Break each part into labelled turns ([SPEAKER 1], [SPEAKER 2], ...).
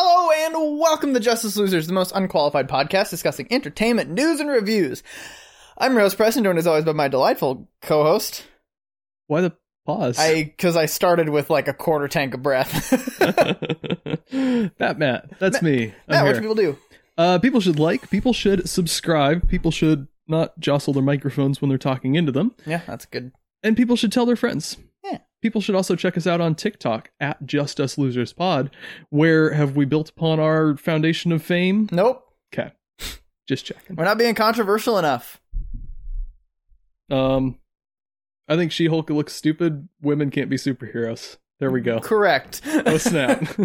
[SPEAKER 1] and welcome to Justice Losers, the most unqualified podcast discussing entertainment, news, and reviews. I'm Rose Preston, joined as always by my delightful co-host.
[SPEAKER 2] Why the pause?
[SPEAKER 1] I because I started with like a quarter tank of breath.
[SPEAKER 2] that Matt, that's
[SPEAKER 1] Matt-
[SPEAKER 2] me.
[SPEAKER 1] Matt,
[SPEAKER 2] I'm
[SPEAKER 1] what do people
[SPEAKER 2] here.
[SPEAKER 1] do?
[SPEAKER 2] uh, people should like. People should subscribe. People should not jostle their microphones when they're talking into them.
[SPEAKER 1] Yeah, that's good.
[SPEAKER 2] And people should tell their friends.
[SPEAKER 1] Yeah.
[SPEAKER 2] People should also check us out on TikTok at Just Us Losers Pod. Where have we built upon our foundation of fame?
[SPEAKER 1] Nope,
[SPEAKER 2] Okay, just checking.
[SPEAKER 1] we're not being controversial enough.
[SPEAKER 2] Um, I think She Hulk looks stupid. Women can't be superheroes. There we go.
[SPEAKER 1] Correct.
[SPEAKER 2] Oh snap!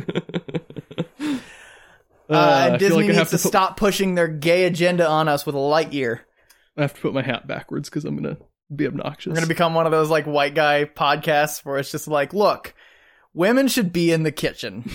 [SPEAKER 1] Uh,
[SPEAKER 2] I feel
[SPEAKER 1] Disney
[SPEAKER 2] like I
[SPEAKER 1] needs
[SPEAKER 2] have
[SPEAKER 1] to,
[SPEAKER 2] put-
[SPEAKER 1] stop pushing their gay agenda on us with Lightyear.
[SPEAKER 2] I have to put my hat backwards because I'm gonna be obnoxious.
[SPEAKER 1] We're gonna become one of those like white guy podcasts where it's just like, look, women should be in the kitchen.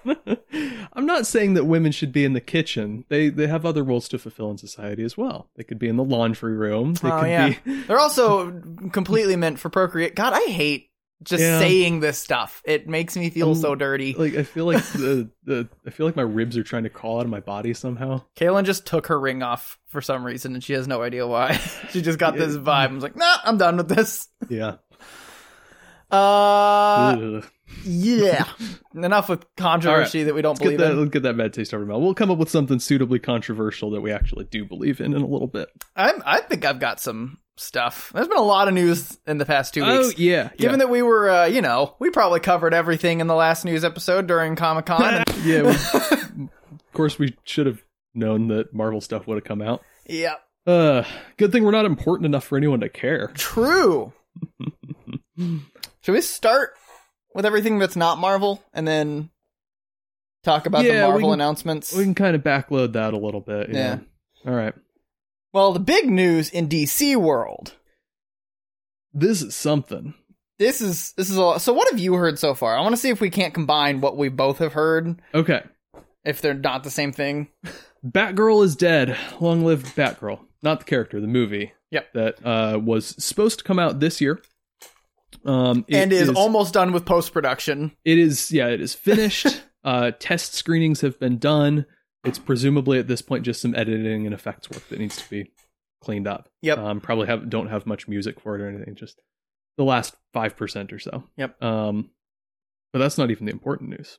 [SPEAKER 2] I'm not saying that women should be in the kitchen. They they have other roles to fulfill in society as well. They could be in the laundry room. They
[SPEAKER 1] Oh,
[SPEAKER 2] could
[SPEAKER 1] yeah.
[SPEAKER 2] be
[SPEAKER 1] They're also completely meant for procreate. God, I hate just
[SPEAKER 2] Yeah.
[SPEAKER 1] saying this stuff. It makes me feel
[SPEAKER 2] Um,
[SPEAKER 1] so dirty.
[SPEAKER 2] like I feel like the, the I feel like my ribs are trying to call out of my body somehow.
[SPEAKER 1] Kaylin just took her ring off for some reason, and she has no idea why. she just got this
[SPEAKER 2] Yeah.
[SPEAKER 1] vibe. I was like, nah, I'm done with this.
[SPEAKER 2] Yeah.
[SPEAKER 1] Uh,
[SPEAKER 2] Ugh.
[SPEAKER 1] yeah. Enough with controversy that we don't
[SPEAKER 2] Let's get
[SPEAKER 1] believe
[SPEAKER 2] that
[SPEAKER 1] in.
[SPEAKER 2] let's get that bad taste out of our mouth. We'll come up with something suitably controversial that we actually do believe in in a little bit.
[SPEAKER 1] I'm, I think I've got some stuff. There's been a lot of news in the past two weeks.
[SPEAKER 2] Oh yeah.
[SPEAKER 1] Given that we were, uh, you know, we probably covered everything in the last news episode during Comic Con.
[SPEAKER 2] that Yeah, we- of course we should have known that Marvel stuff would have come out.
[SPEAKER 1] yeah,
[SPEAKER 2] Uh good thing we're not important enough for anyone to care.
[SPEAKER 1] true. Should we start with everything that's not Marvel and then talk about
[SPEAKER 2] Yeah,
[SPEAKER 1] the
[SPEAKER 2] we
[SPEAKER 1] Marvel
[SPEAKER 2] can-
[SPEAKER 1] announcements?
[SPEAKER 2] We can kind of backload that a little bit. Yeah. All right.
[SPEAKER 1] Well, the big news in DC world.
[SPEAKER 2] This is something.
[SPEAKER 1] This is this is a lot. So what have you heard so far? I want to see if we can't combine what we both have heard
[SPEAKER 2] Okay.
[SPEAKER 1] if they're not the same thing.
[SPEAKER 2] Batgirl is dead. Long live Batgirl. Not the character, the movie.
[SPEAKER 1] Yep.
[SPEAKER 2] That uh, was supposed to come out this year. Um, it
[SPEAKER 1] and is, almost done with post production.
[SPEAKER 2] It is. Yeah. It is finished. uh, test screenings have been done. It's presumably at this point just some editing and effects work that needs to be cleaned up.
[SPEAKER 1] Yep.
[SPEAKER 2] Um, probably have don't have much music for it or anything. Just the last five percent or so.
[SPEAKER 1] Yep.
[SPEAKER 2] Um, but that's not even the important news.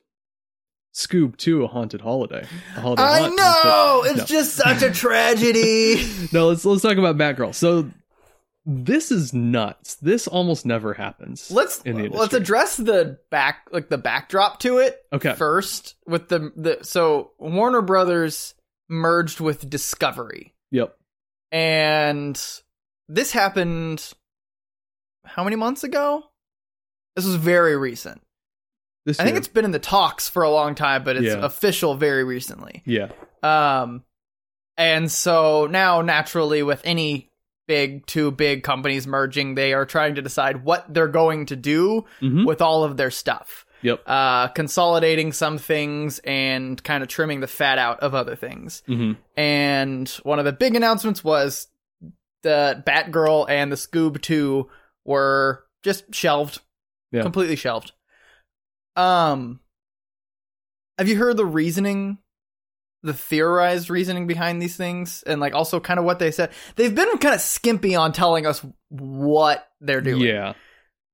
[SPEAKER 2] Scoob Two: A Haunted Holiday. A holiday
[SPEAKER 1] I
[SPEAKER 2] haunt is
[SPEAKER 1] know.
[SPEAKER 2] the-
[SPEAKER 1] It's
[SPEAKER 2] no.
[SPEAKER 1] just such a tragedy.
[SPEAKER 2] no. Let's let's talk about Batgirl. So this is nuts. This almost never happens.
[SPEAKER 1] let's
[SPEAKER 2] in the
[SPEAKER 1] let's
[SPEAKER 2] industry.
[SPEAKER 1] address the back like the backdrop to it
[SPEAKER 2] Okay.
[SPEAKER 1] first with the the so Warner Brothers merged with Discovery
[SPEAKER 2] Yep.
[SPEAKER 1] and this happened how many months ago? This was very recent.
[SPEAKER 2] This
[SPEAKER 1] I think
[SPEAKER 2] year.
[SPEAKER 1] it's been in the talks for a long time, but it's
[SPEAKER 2] Yeah.
[SPEAKER 1] official very recently.
[SPEAKER 2] yeah.
[SPEAKER 1] Um, and so now, naturally, with any big two big companies merging, they are trying to decide what they're going to do
[SPEAKER 2] Mhm.
[SPEAKER 1] with all of their stuff.
[SPEAKER 2] Yep.
[SPEAKER 1] Uh, consolidating some things and kind of trimming the fat out of other things.
[SPEAKER 2] Mhm.
[SPEAKER 1] And one of the big announcements was the Batgirl and the Scoob 2 were just shelved.
[SPEAKER 2] Yeah.
[SPEAKER 1] Completely shelved. Um Have you heard the reasoning? The theorized reasoning behind these things and like also kind of what they said. They've been kind of skimpy on telling us what they're doing.
[SPEAKER 2] Yeah.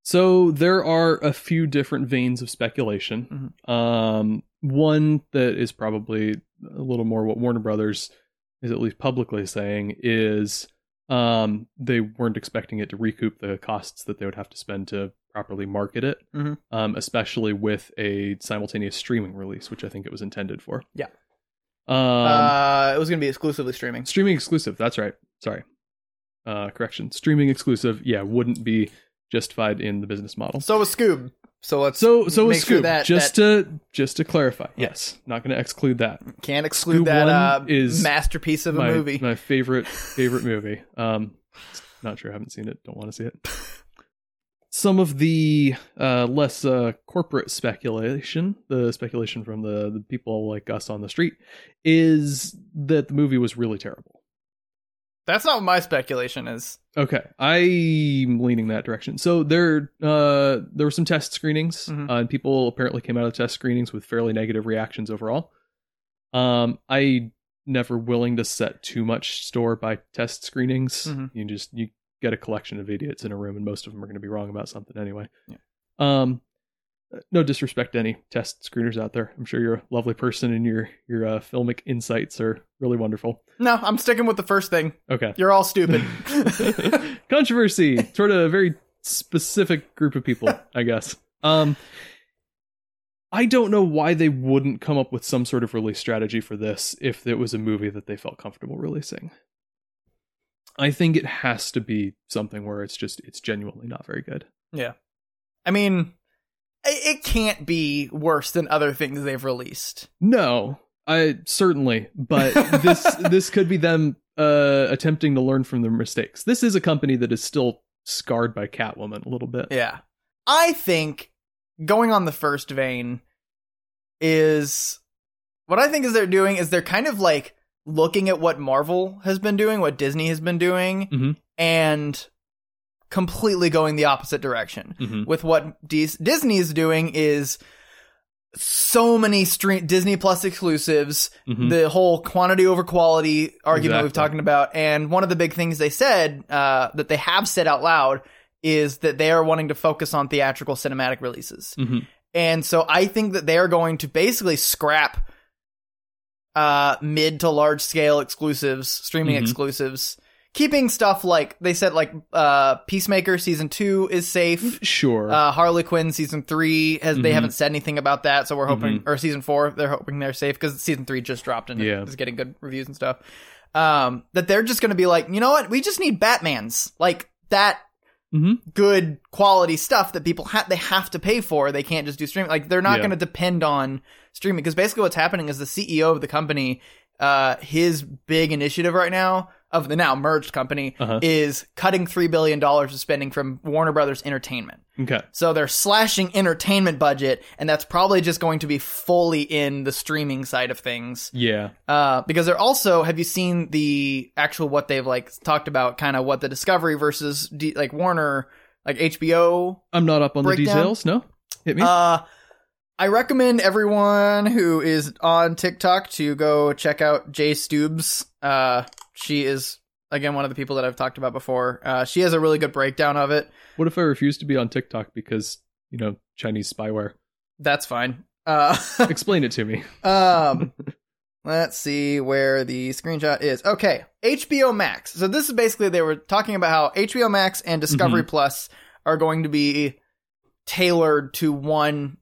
[SPEAKER 2] So there are a few different veins of
[SPEAKER 1] Mm-hmm.
[SPEAKER 2] speculation. Um, one that is probably a little more what Warner Brothers is at least publicly saying is um, they weren't expecting it to recoup the costs that they would have to spend to properly market it,
[SPEAKER 1] Mhm.
[SPEAKER 2] um, especially with a simultaneous streaming release, which I think it was intended for.
[SPEAKER 1] Yeah.
[SPEAKER 2] Um,
[SPEAKER 1] uh it was going to be exclusively streaming.
[SPEAKER 2] streaming exclusive that's right sorry uh correction streaming exclusive yeah wouldn't be justified in the business model
[SPEAKER 1] So was Scoob. So let's
[SPEAKER 2] so so is
[SPEAKER 1] make sure
[SPEAKER 2] scoop
[SPEAKER 1] that-
[SPEAKER 2] just to just to clarify yes not going to exclude that
[SPEAKER 1] can't exclude
[SPEAKER 2] Scoob
[SPEAKER 1] that
[SPEAKER 2] one
[SPEAKER 1] uh,
[SPEAKER 2] is
[SPEAKER 1] masterpiece of
[SPEAKER 2] my,
[SPEAKER 1] a movie.
[SPEAKER 2] my favorite favorite movie um not sure i haven't seen it don't want to see it some of the uh, less uh, corporate speculation the speculation from the, the people like us on the street is that the movie was really terrible
[SPEAKER 1] That's not what my speculation is.
[SPEAKER 2] Okay, I'm leaning that direction. So there, uh, there were some test screenings,
[SPEAKER 1] Mhm.
[SPEAKER 2] uh, and people apparently came out of the test screenings with fairly negative reactions overall. Um, I never willing to set too much store by test screenings.
[SPEAKER 1] Mhm.
[SPEAKER 2] You just you get a collection of idiots in a room, and most of them are going to be wrong about something anyway.
[SPEAKER 1] Yeah.
[SPEAKER 2] Um, no disrespect to any test screeners out there. I'm sure you're a lovely person, and your your uh, filmic insights are really wonderful.
[SPEAKER 1] No, I'm sticking with the first thing.
[SPEAKER 2] Okay.
[SPEAKER 1] You're all stupid.
[SPEAKER 2] Controversy toward a very specific group of people, I guess. Um, I don't know why they wouldn't come up with some sort of release strategy for this if it was a movie that they felt comfortable releasing. I think it has to be something where it's just it's genuinely not very good.
[SPEAKER 1] I mean, it, it can't be worse than other things they've released.
[SPEAKER 2] No, I certainly, but this this could be them uh, attempting to learn from their mistakes. This is a company that is still scarred by Catwoman a little bit.
[SPEAKER 1] Yeah. I think going on the first vein is what I think is they're doing is they're kind of like looking at what Marvel has been doing, what Disney has been doing,
[SPEAKER 2] Mhm.
[SPEAKER 1] and completely going the opposite direction.
[SPEAKER 2] Mhm.
[SPEAKER 1] With what Dis Disney is doing is so many stream Disney Plus exclusives
[SPEAKER 2] Mhm.
[SPEAKER 1] the whole quantity over quality argument we've
[SPEAKER 2] Exactly.
[SPEAKER 1] talking about and one of the big things they said uh, that they have said out loud is that they are wanting to focus on theatrical cinematic releases
[SPEAKER 2] Mhm.
[SPEAKER 1] and so i think that they are going to basically scrap uh, mid to large scale exclusives streaming
[SPEAKER 2] Mhm.
[SPEAKER 1] exclusives keeping stuff like they said like uh, peacemaker season 2 is safe
[SPEAKER 2] Sure.
[SPEAKER 1] uh, Harley Quinn season three has they
[SPEAKER 2] Mhm.
[SPEAKER 1] haven't said anything about that, so we're hoping or season four they're hoping they're safe because season three just dropped and
[SPEAKER 2] Mm-hmm. Yeah.
[SPEAKER 1] is getting good reviews and stuff. Um, that they're just going to be like, you know what, we just need Batman's like that
[SPEAKER 2] Mhm.
[SPEAKER 1] good quality stuff that people have they have to pay for. They can't just do streaming. Like they're not
[SPEAKER 2] Yeah.
[SPEAKER 1] going to depend on streaming because basically what's happening is the CEO of the company, uh, his big initiative right now of the now merged company
[SPEAKER 2] Uh-huh.
[SPEAKER 1] is cutting three billion dollars of spending from Warner Brothers Entertainment.
[SPEAKER 2] okay.
[SPEAKER 1] So they're slashing entertainment budget, and that's probably just going to be fully in the streaming side of things.
[SPEAKER 2] Yeah.
[SPEAKER 1] Uh, because they're also, have you seen the actual what they've like talked about, kind of what the Discovery versus D, like Warner, like HBO?
[SPEAKER 2] I'm not up on the
[SPEAKER 1] Breakdown?
[SPEAKER 2] details. No. Hit me.
[SPEAKER 1] Uh, I recommend everyone who is on TikTok to go check out Jay Stubbs. Uh, she is again one of the people that I've talked about before. Uh, she has a really good breakdown of it.
[SPEAKER 2] what if I refuse to be on TikTok because, you know, Chinese spyware?
[SPEAKER 1] That's fine. Uh,
[SPEAKER 2] Explain it to me.
[SPEAKER 1] Um, let's see where the screenshot is. Okay, HBO Max. So this is basically they were talking about how HBO Max and Discovery Plus are going to be tailored to one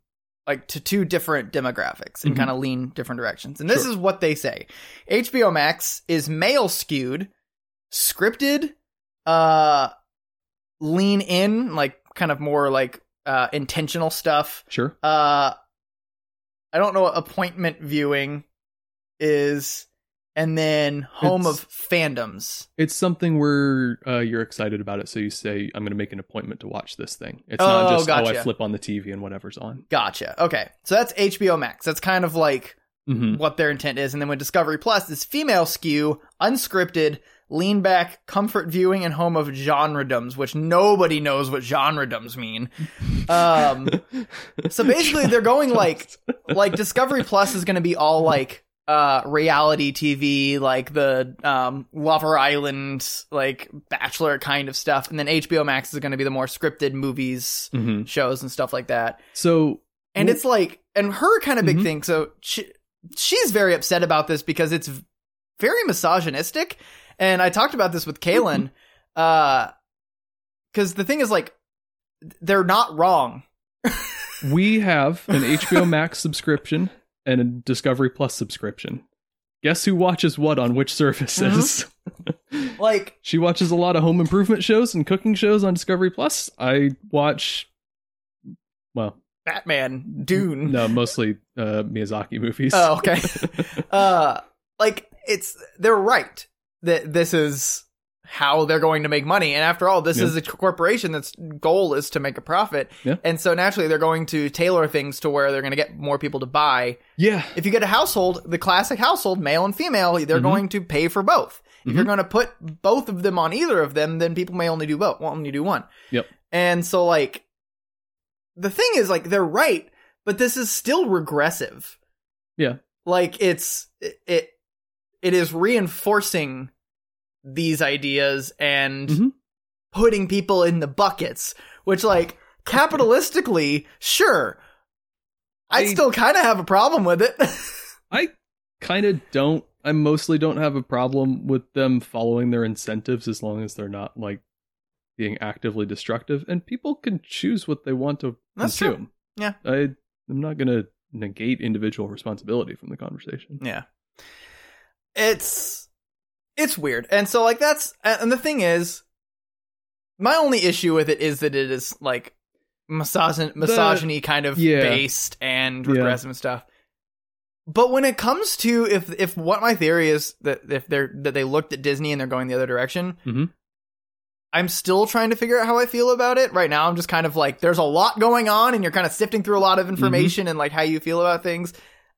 [SPEAKER 1] like to two different demographics and
[SPEAKER 2] Mhm.
[SPEAKER 1] kind of lean different directions. And this
[SPEAKER 2] Sure.
[SPEAKER 1] is what they say. HBO Max is male skewed, scripted, uh lean in like kind of more like uh intentional stuff
[SPEAKER 2] Sure.
[SPEAKER 1] uh I don't know what appointment viewing is and then home
[SPEAKER 2] It's-
[SPEAKER 1] of fandoms.
[SPEAKER 2] It's something where uh, you're excited about it, so you say, "I'm going to make an appointment to watch this thing." It's not
[SPEAKER 1] Oh,
[SPEAKER 2] just oh, I
[SPEAKER 1] gotcha.
[SPEAKER 2] flip on the TV and whatever's on.
[SPEAKER 1] Gotcha. Okay. So that's HBO Max. That's kind of like
[SPEAKER 2] Mm-hmm.
[SPEAKER 1] what their intent is. And then with Discovery Plus is female skew, unscripted, lean back, comfort viewing, and home of genredoms, which nobody knows what genredoms mean. Um
[SPEAKER 2] Mm-hmm.
[SPEAKER 1] so basically they're going like like Discovery Plus is going to be all like uh reality TV, like the um Lover Island, like Bachelor kind of stuff, and then HBO Max is going to be the more scripted movies,
[SPEAKER 2] hmm
[SPEAKER 1] shows, and stuff like that.
[SPEAKER 2] So
[SPEAKER 1] And it's like, and her kind of big
[SPEAKER 2] Mhm.
[SPEAKER 1] thing. So she, she's very upset about this because it's very misogynistic. And I talked about this with Kaylin, uh, because the thing is like, they're not wrong.
[SPEAKER 2] we have an HBO Max subscription and a Discovery Plus subscription. Guess who watches what on which
[SPEAKER 1] Uh-huh.
[SPEAKER 2] services?
[SPEAKER 1] Like,
[SPEAKER 2] She watches a lot of home improvement shows and cooking shows on Discovery Plus. I watch, well,
[SPEAKER 1] Batman, Dune.
[SPEAKER 2] no, mostly uh, Miyazaki movies.
[SPEAKER 1] Oh, okay. uh, like it's they're right that this is how they're going to make money, and after all, this
[SPEAKER 2] Yeah.
[SPEAKER 1] is a corporation that's goal is to make a profit,
[SPEAKER 2] Yeah.
[SPEAKER 1] and so naturally they're going to tailor things to where they're going to get more people to buy.
[SPEAKER 2] yeah,
[SPEAKER 1] If you get a household, the classic household, male and female, they're
[SPEAKER 2] Mhm.
[SPEAKER 1] going to pay for both. If
[SPEAKER 2] Mhm.
[SPEAKER 1] you're going to put both of them on either of them, then people may only do both, will only do one.
[SPEAKER 2] Yep.
[SPEAKER 1] And so, like, the thing is, like, they're right, but this is still regressive.
[SPEAKER 2] Yeah.
[SPEAKER 1] like it's it it, it is reinforcing these ideas and
[SPEAKER 2] Mhm.
[SPEAKER 1] putting people in the buckets which like capitalistically sure i'd
[SPEAKER 2] I-
[SPEAKER 1] still kind of have a problem with it
[SPEAKER 2] I kind of don't. I mostly don't have a problem with them following their incentives as long as they're not like being actively destructive. And people can choose what they want to
[SPEAKER 1] That's true.
[SPEAKER 2] consume.
[SPEAKER 1] Yeah.
[SPEAKER 2] I, I'm not going to negate individual responsibility from the conversation.
[SPEAKER 1] Yeah. It's it's weird. And so like that's and the thing is my only issue with it is that it is like misogyn- misogyny kind of
[SPEAKER 2] yeah.
[SPEAKER 1] based and
[SPEAKER 2] Yeah.
[SPEAKER 1] regressive and stuff. But when it comes to if if what my theory is that if they're that they looked at Disney and they're going the other direction,
[SPEAKER 2] Mhm.
[SPEAKER 1] I'm still trying to figure out how I feel about it. Right now, I'm just kind of like there's a lot going on, and you're kind of sifting through a lot
[SPEAKER 2] Mm-hmm.
[SPEAKER 1] of information and like how you feel about things.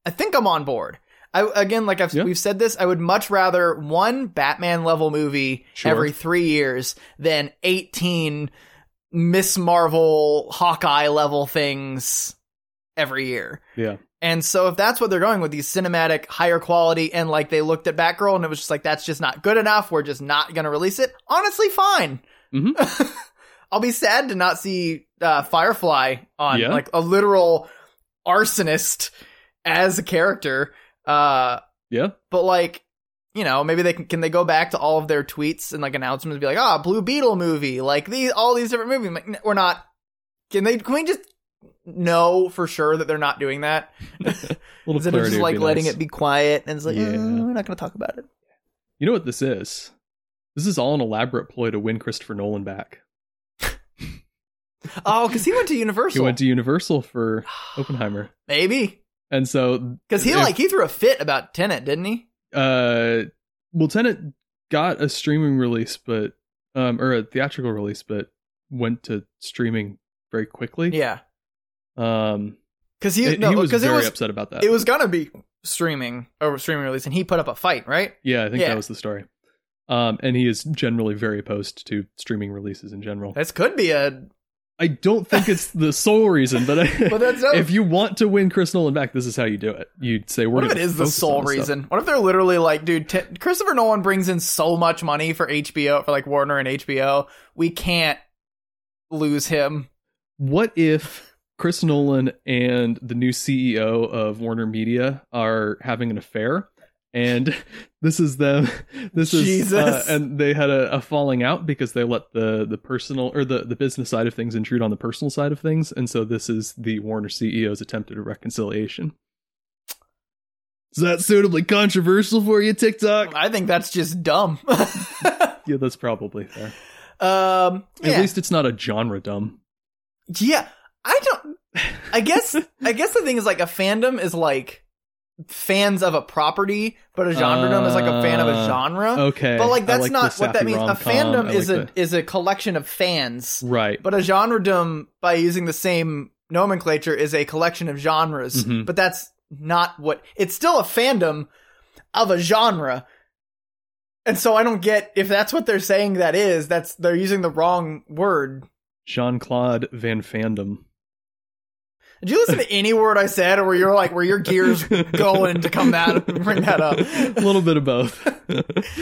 [SPEAKER 1] I think I'm on board. I again, like I've
[SPEAKER 2] Yeah.
[SPEAKER 1] we've said this, I would much rather one Batman level movie
[SPEAKER 2] Sure.
[SPEAKER 1] every three years than 18 Miss Marvel Hawkeye level things every year.
[SPEAKER 2] Yeah.
[SPEAKER 1] And so if that's what they're going with these cinematic higher quality and like they looked at Batgirl and it was just like that's just not good enough, we're just not going to release it. Honestly, fine.
[SPEAKER 2] Mm-hmm.
[SPEAKER 1] I'll be sad to not see uh, Firefly on
[SPEAKER 2] Yeah.
[SPEAKER 1] like a literal arsonist as a character. Uh,
[SPEAKER 2] Yeah.
[SPEAKER 1] but like you know maybe they can can they go back to all of their tweets and like announcements and be like ah blue beetle movie like these all these different movies like, n- we're not can they can we just know for sure that they're not doing that
[SPEAKER 2] A little
[SPEAKER 1] instead of
[SPEAKER 2] clarity
[SPEAKER 1] just
[SPEAKER 2] would
[SPEAKER 1] like
[SPEAKER 2] be
[SPEAKER 1] letting
[SPEAKER 2] nice.
[SPEAKER 1] it be quiet and it's like
[SPEAKER 2] Yeah.
[SPEAKER 1] "Uh, we're not going to talk about it
[SPEAKER 2] You know what this is? This is all an elaborate ploy to win Christopher Nolan back.
[SPEAKER 1] oh because he went to universal
[SPEAKER 2] He went to Universal for Oppenheimer.
[SPEAKER 1] maybe
[SPEAKER 2] And so
[SPEAKER 1] because he
[SPEAKER 2] If-
[SPEAKER 1] like he threw a fit about Tenet didn't he
[SPEAKER 2] uh well Tenet got a streaming release but um or a theatrical release but went to streaming very quickly.
[SPEAKER 1] yeah
[SPEAKER 2] Um
[SPEAKER 1] because he,
[SPEAKER 2] it-
[SPEAKER 1] no,
[SPEAKER 2] he was
[SPEAKER 1] 'cause
[SPEAKER 2] very
[SPEAKER 1] it was
[SPEAKER 2] upset about that.
[SPEAKER 1] it was gonna be streaming or streaming release and he put up a fight right
[SPEAKER 2] yeah, I think
[SPEAKER 1] yeah.
[SPEAKER 2] that was the story. Um and he is generally very opposed to streaming releases in general.
[SPEAKER 1] this could be a
[SPEAKER 2] I don't think it's the sole reason, but I,
[SPEAKER 1] But that's not-
[SPEAKER 2] if you want to win Chris Nolan back, this is how you do it. You say we're
[SPEAKER 1] What if it
[SPEAKER 2] gonna
[SPEAKER 1] is the
[SPEAKER 2] focus on
[SPEAKER 1] sole
[SPEAKER 2] this stuff.
[SPEAKER 1] reason? What if they're literally like, dude, t- Christopher Nolan brings in so much money for HBO, for like Warner and HBO, we can't lose him.
[SPEAKER 2] What if Chris Nolan and the new CEO of Warner Media are having an affair? And this is them. This is uh,
[SPEAKER 1] Jesus.
[SPEAKER 2] and they had a, a falling out because they let the the personal or the the business side of things intrude on the personal side of things, and so this is the Warner CEO's attempt at a reconciliation. Is that suitably controversial for you, TikTok?
[SPEAKER 1] I think that's just dumb.
[SPEAKER 2] Yeah, that's probably fair.
[SPEAKER 1] um, yeah.
[SPEAKER 2] At least it's not a genre dumb.
[SPEAKER 1] yeah, I don't. I guess. I guess the thing is like a fandom is like fans of a property, but a genre is like a fan of a
[SPEAKER 2] Uh,
[SPEAKER 1] genre.
[SPEAKER 2] Okay,
[SPEAKER 1] But like
[SPEAKER 2] I
[SPEAKER 1] that's
[SPEAKER 2] the
[SPEAKER 1] not what that
[SPEAKER 2] sappy
[SPEAKER 1] means. A
[SPEAKER 2] rom-com.
[SPEAKER 1] fandom
[SPEAKER 2] I
[SPEAKER 1] is a
[SPEAKER 2] like
[SPEAKER 1] is a collection of fans.
[SPEAKER 2] the- right.
[SPEAKER 1] But a genredom, by using the same nomenclature, is a collection of genres.
[SPEAKER 2] Mhm.
[SPEAKER 1] But that's not what. It's still a fandom of a genre. And so I don't get if that's what they're saying that is, that's they're using the wrong word.
[SPEAKER 2] Jean Claude Van Fandom.
[SPEAKER 1] Did you listen to any word I said or were you like were your gears going to come that bring that up?
[SPEAKER 2] a little bit of both.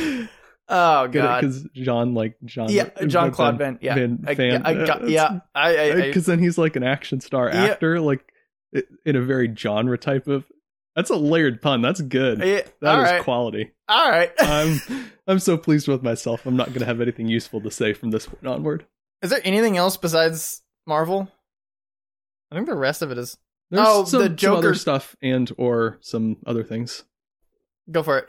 [SPEAKER 1] Oh god.
[SPEAKER 2] Because Jean, like Jean,
[SPEAKER 1] Yeah, John Claude Van yeah.
[SPEAKER 2] Van
[SPEAKER 1] I,
[SPEAKER 2] Fan-
[SPEAKER 1] I, got- yeah. I, I, I
[SPEAKER 2] Because then he's like an action star
[SPEAKER 1] Yeah.
[SPEAKER 2] actor, like i- in a very genre type of. That's a layered pun. That's good. That Uh, is
[SPEAKER 1] yeah, all right.
[SPEAKER 2] quality.
[SPEAKER 1] all right.
[SPEAKER 2] I'm I'm so pleased with myself. I'm not going to have anything useful to say from this point onward.
[SPEAKER 1] Is there anything else besides Marvel? I think the rest of it is.
[SPEAKER 2] There's
[SPEAKER 1] Oh,
[SPEAKER 2] some,
[SPEAKER 1] the
[SPEAKER 2] some other
[SPEAKER 1] Joker-
[SPEAKER 2] stuff and or some other things
[SPEAKER 1] Go for it.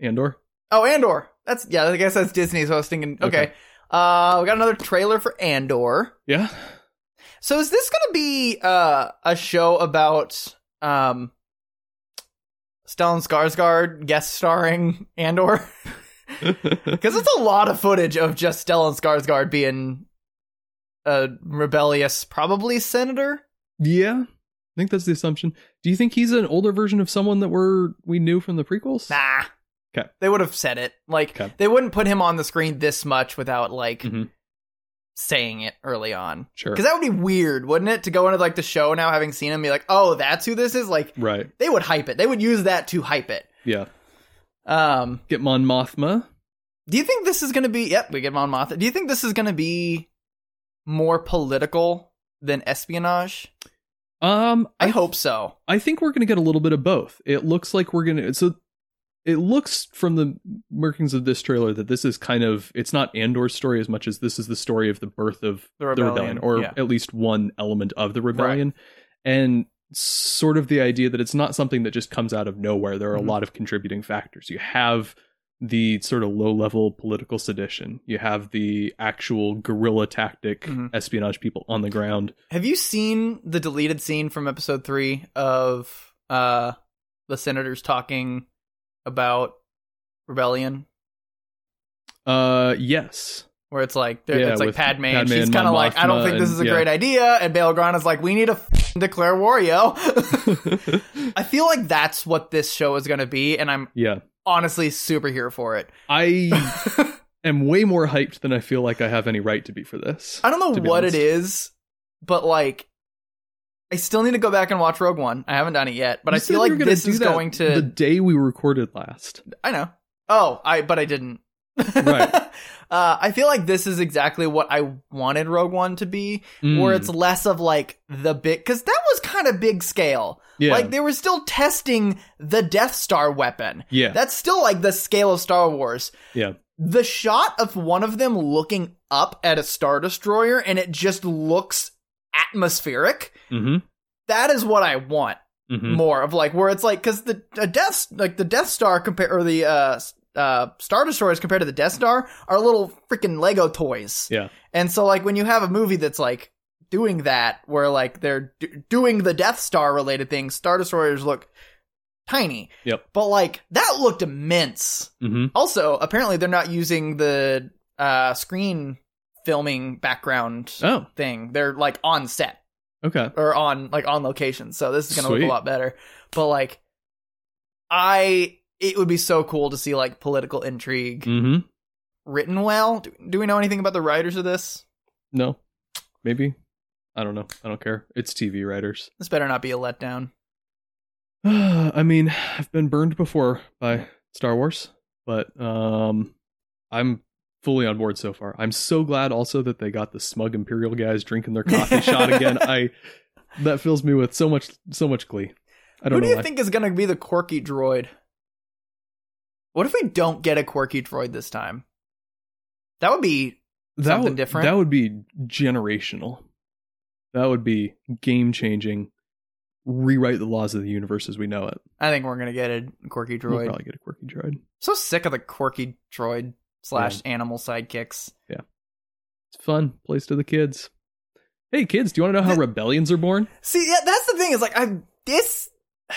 [SPEAKER 2] and or
[SPEAKER 1] Oh, Andor. That's yeah. I guess that's Disney. So I was thinking. Okay.
[SPEAKER 2] Okay.
[SPEAKER 1] Uh, we got another trailer for Andor.
[SPEAKER 2] yeah.
[SPEAKER 1] So is this gonna be uh a show about um Stellan Skarsgård guest starring Andor? Because it's a lot of footage of just Stellan Skarsgård being a rebellious, probably senator.
[SPEAKER 2] Yeah, I think that's the assumption. Do you think he's an older version of someone that we're we knew from the prequels?
[SPEAKER 1] Nah.
[SPEAKER 2] 'Kay.
[SPEAKER 1] They would have said it. Like
[SPEAKER 2] 'Kay.
[SPEAKER 1] they wouldn't put him on the screen this much without like
[SPEAKER 2] Mhm.
[SPEAKER 1] saying it early on.
[SPEAKER 2] Sure.
[SPEAKER 1] Because that would be weird, wouldn't it? To go into like the show now, having seen him, be like, oh, that's who this is. Like
[SPEAKER 2] Right.
[SPEAKER 1] they would hype it. They would use that to hype it.
[SPEAKER 2] Yeah.
[SPEAKER 1] Um,
[SPEAKER 2] Get Mon Mothma.
[SPEAKER 1] do you think this is going to be? Yep, we get Mon Mothma. Do you think this is going to be more political than espionage?
[SPEAKER 2] Um,
[SPEAKER 1] I hope so.
[SPEAKER 2] I think we're going to get a little bit of both. It looks like we're going to so it looks from the workings of this trailer that this is kind of it's not Andor's story as much as this is the story of the birth of
[SPEAKER 1] The
[SPEAKER 2] the
[SPEAKER 1] rebellion,
[SPEAKER 2] rebellion or
[SPEAKER 1] yeah.
[SPEAKER 2] at least one element of the rebellion and sort of the idea that it's not something that just comes out of nowhere. There are
[SPEAKER 1] Mhm.
[SPEAKER 2] a lot of contributing factors. You have the sort of low level political sedition. You have the actual guerrilla tactic
[SPEAKER 1] Mhm.
[SPEAKER 2] espionage people on the ground.
[SPEAKER 1] Have you seen the deleted scene from episode three of uh the senators talking about rebellion?
[SPEAKER 2] Uh yes.
[SPEAKER 1] Where it's like they're-
[SPEAKER 2] Yeah,
[SPEAKER 1] it's like
[SPEAKER 2] with
[SPEAKER 1] Padme, and
[SPEAKER 2] Padme
[SPEAKER 1] she's
[SPEAKER 2] and
[SPEAKER 1] kind of
[SPEAKER 2] Mon
[SPEAKER 1] like, I don't
[SPEAKER 2] Mothma
[SPEAKER 1] think this
[SPEAKER 2] and-
[SPEAKER 1] is a
[SPEAKER 2] yeah.
[SPEAKER 1] great idea, and Bail Grana's like, we need to f- declare war, yo. I feel like that's what this show is gonna be, and I'm
[SPEAKER 2] yeah.
[SPEAKER 1] honestly super here for it.
[SPEAKER 2] I
[SPEAKER 1] I
[SPEAKER 2] am way more hyped than I feel like I have any right to be for this.
[SPEAKER 1] don't know
[SPEAKER 2] To be
[SPEAKER 1] what
[SPEAKER 2] honest.
[SPEAKER 1] it is, but like. I still need to go back and watch Rogue One. I haven't done it yet, but
[SPEAKER 2] You
[SPEAKER 1] I feel
[SPEAKER 2] said you were
[SPEAKER 1] like
[SPEAKER 2] gonna
[SPEAKER 1] this
[SPEAKER 2] do
[SPEAKER 1] is
[SPEAKER 2] that
[SPEAKER 1] going to
[SPEAKER 2] the day we recorded last.
[SPEAKER 1] I know. Oh, I but I didn't.
[SPEAKER 2] Right.
[SPEAKER 1] uh, I feel like this is exactly what I wanted Rogue One to be, where
[SPEAKER 2] Mm,
[SPEAKER 1] it's less of like the big, because that was kind of big scale.
[SPEAKER 2] yeah,
[SPEAKER 1] Like they were still testing the Death Star weapon.
[SPEAKER 2] yeah,
[SPEAKER 1] That's still like the scale of Star Wars.
[SPEAKER 2] Yeah.
[SPEAKER 1] The shot of one of them looking up at a Star Destroyer and it just looks atmospheric.
[SPEAKER 2] mm-hmm,
[SPEAKER 1] That is what I want
[SPEAKER 2] mm-hmm.
[SPEAKER 1] more of like where it's like because the a death like the Death Star compare or the uh uh Star Destroyers compared to the Death Star are little freaking Lego toys.
[SPEAKER 2] Yeah.
[SPEAKER 1] and so like when you have a movie that's like doing that where like they're do- doing the Death Star related things, Star Destroyers look tiny.
[SPEAKER 2] Yep.
[SPEAKER 1] but like that looked immense.
[SPEAKER 2] mm-hmm.
[SPEAKER 1] Also, apparently they're not using the uh screen filming background
[SPEAKER 2] Oh,
[SPEAKER 1] thing. They're like on set
[SPEAKER 2] okay,
[SPEAKER 1] or on like on location. So this is gonna look
[SPEAKER 2] Sweet.
[SPEAKER 1] a lot better. But like, I it would be so cool to see like political intrigue
[SPEAKER 2] mm-hmm.
[SPEAKER 1] written well. Do, do we know anything about the writers of this?
[SPEAKER 2] No, maybe I don't know. I don't care. It's TV writers.
[SPEAKER 1] This better not be a letdown.
[SPEAKER 2] I mean, I've been burned before by Star Wars, but um, I'm fully on board so far. I'm so glad also that they got the smug Imperial guys drinking their coffee shot again. I that fills me with so much so much glee. I don't
[SPEAKER 1] Who
[SPEAKER 2] know
[SPEAKER 1] do you
[SPEAKER 2] why.
[SPEAKER 1] think is gonna be the quirky droid? What if we don't get a quirky droid this time? That would be
[SPEAKER 2] that
[SPEAKER 1] something
[SPEAKER 2] would,
[SPEAKER 1] different?
[SPEAKER 2] That would be generational. That would be game changing. Rewrite the laws of the universe as we know it.
[SPEAKER 1] I think we're gonna get a quirky droid.
[SPEAKER 2] We'll probably get a quirky droid.
[SPEAKER 1] so sick of the quirky droid slash animal sidekicks.
[SPEAKER 2] It's fun. Plays to the kids. Hey kids, do you want to know how
[SPEAKER 1] Th-
[SPEAKER 2] rebellions are born?
[SPEAKER 1] See, yeah, that's the thing. Is like I this.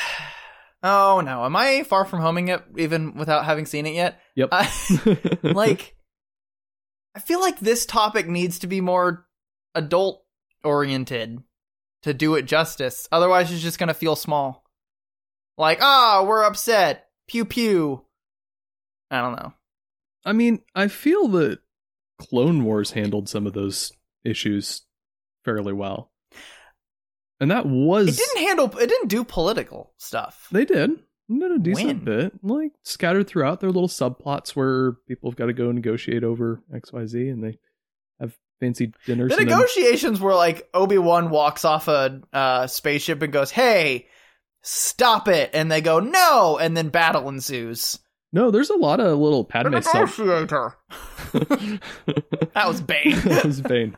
[SPEAKER 1] Oh no, am I far from homing it even without having seen it yet?
[SPEAKER 2] Yep.
[SPEAKER 1] I, like, I feel like this topic needs to be more adult oriented to do it justice. Otherwise, it's just gonna feel small. Like, ah, we're upset. Pew pew. I don't know.
[SPEAKER 2] I mean, I feel that Clone Wars handled some of those issues fairly well, and that was
[SPEAKER 1] It didn't handle. It didn't do political stuff.
[SPEAKER 2] they did did a decent
[SPEAKER 1] When?
[SPEAKER 2] bit, like scattered throughout their little subplots where people have got to go negotiate over X Y Z, and they have fancy dinners.
[SPEAKER 1] The
[SPEAKER 2] and then-
[SPEAKER 1] negotiations were like Obi Wan walks off a uh, spaceship and goes, "Hey, stop it!" and they go, "No!" and then battle ensues.
[SPEAKER 2] no, there's a lot of little
[SPEAKER 1] The
[SPEAKER 2] Padme sub.
[SPEAKER 1] negotiator. That was Bane.
[SPEAKER 2] that was Bane.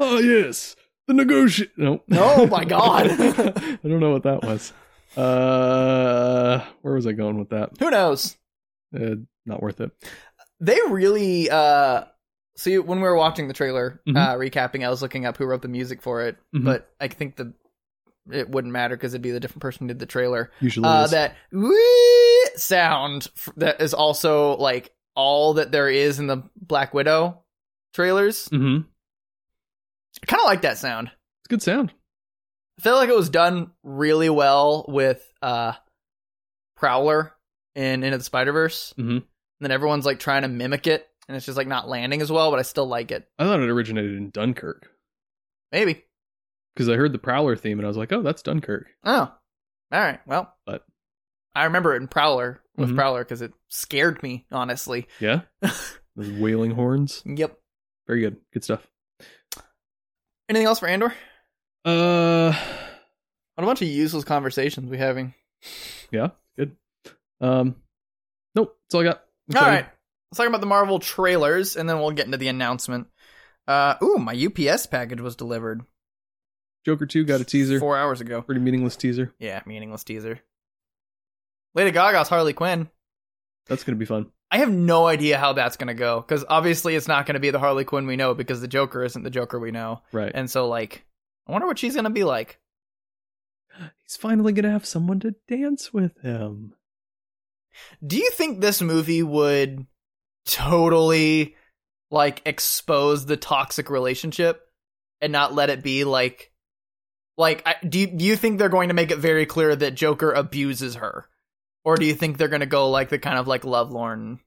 [SPEAKER 2] Oh yes, the negotiate. No.
[SPEAKER 1] Oh, my God.
[SPEAKER 2] I don't know what that was. Uh, where was I going with that?
[SPEAKER 1] Who knows?
[SPEAKER 2] Uh, not worth it.
[SPEAKER 1] They really. uh See, when we were watching the trailer,
[SPEAKER 2] Mhm.
[SPEAKER 1] uh, recapping, I was looking up who wrote the music for it,
[SPEAKER 2] Mhm.
[SPEAKER 1] but I think the it wouldn't matter because it'd be the different person who did the trailer.
[SPEAKER 2] Usually,
[SPEAKER 1] uh,
[SPEAKER 2] is.
[SPEAKER 1] that wee sound f- that is also like all that there is in the Black Widow trailers.
[SPEAKER 2] Mhm. it's
[SPEAKER 1] I kind of like that sound.
[SPEAKER 2] a good sound.
[SPEAKER 1] I feel like it was done really well with uh, Prowler in Into the Spider Verse.
[SPEAKER 2] Mhm.
[SPEAKER 1] And then everyone's like trying to mimic it. and it's just like not landing as well, but I still like it.
[SPEAKER 2] I thought it originated in Dunkirk
[SPEAKER 1] Maybe.
[SPEAKER 2] because I heard the Prowler theme and I was like, oh, that's Dunkirk.
[SPEAKER 1] Oh, all right. Well,
[SPEAKER 2] But-
[SPEAKER 1] I remember it in Prowler with
[SPEAKER 2] Mhm.
[SPEAKER 1] Prowler because it scared me honestly.
[SPEAKER 2] Yeah. Those wailing horns.
[SPEAKER 1] Yep.
[SPEAKER 2] Very good. Good stuff.
[SPEAKER 1] Anything else for Andor?
[SPEAKER 2] Uh,
[SPEAKER 1] What a bunch of useless conversations we having.
[SPEAKER 2] um, nope. That's all I got.
[SPEAKER 1] All right. Let's talk about the Marvel trailers and then we'll get into the announcement. Uh, ooh, my UPS package was delivered
[SPEAKER 2] Joker 2 got a teaser.
[SPEAKER 1] four hours ago.
[SPEAKER 2] Pretty meaningless teaser.
[SPEAKER 1] Yeah, meaningless teaser. Lady Gaga's Harley Quinn.
[SPEAKER 2] That's going to be fun.
[SPEAKER 1] I have no idea how that's going to go because obviously it's not going to be the Harley Quinn we know because the Joker isn't the Joker we know.
[SPEAKER 2] Right.
[SPEAKER 1] And so, like, I wonder what she's going to be like.
[SPEAKER 2] He's finally going to have someone to dance with him.
[SPEAKER 1] Do you think this movie would totally like expose the toxic relationship and not let it be like like I, do you, do you think they're going to make it very clear that Joker abuses her? Or do you think they're going to go like the kind of like lovelorn?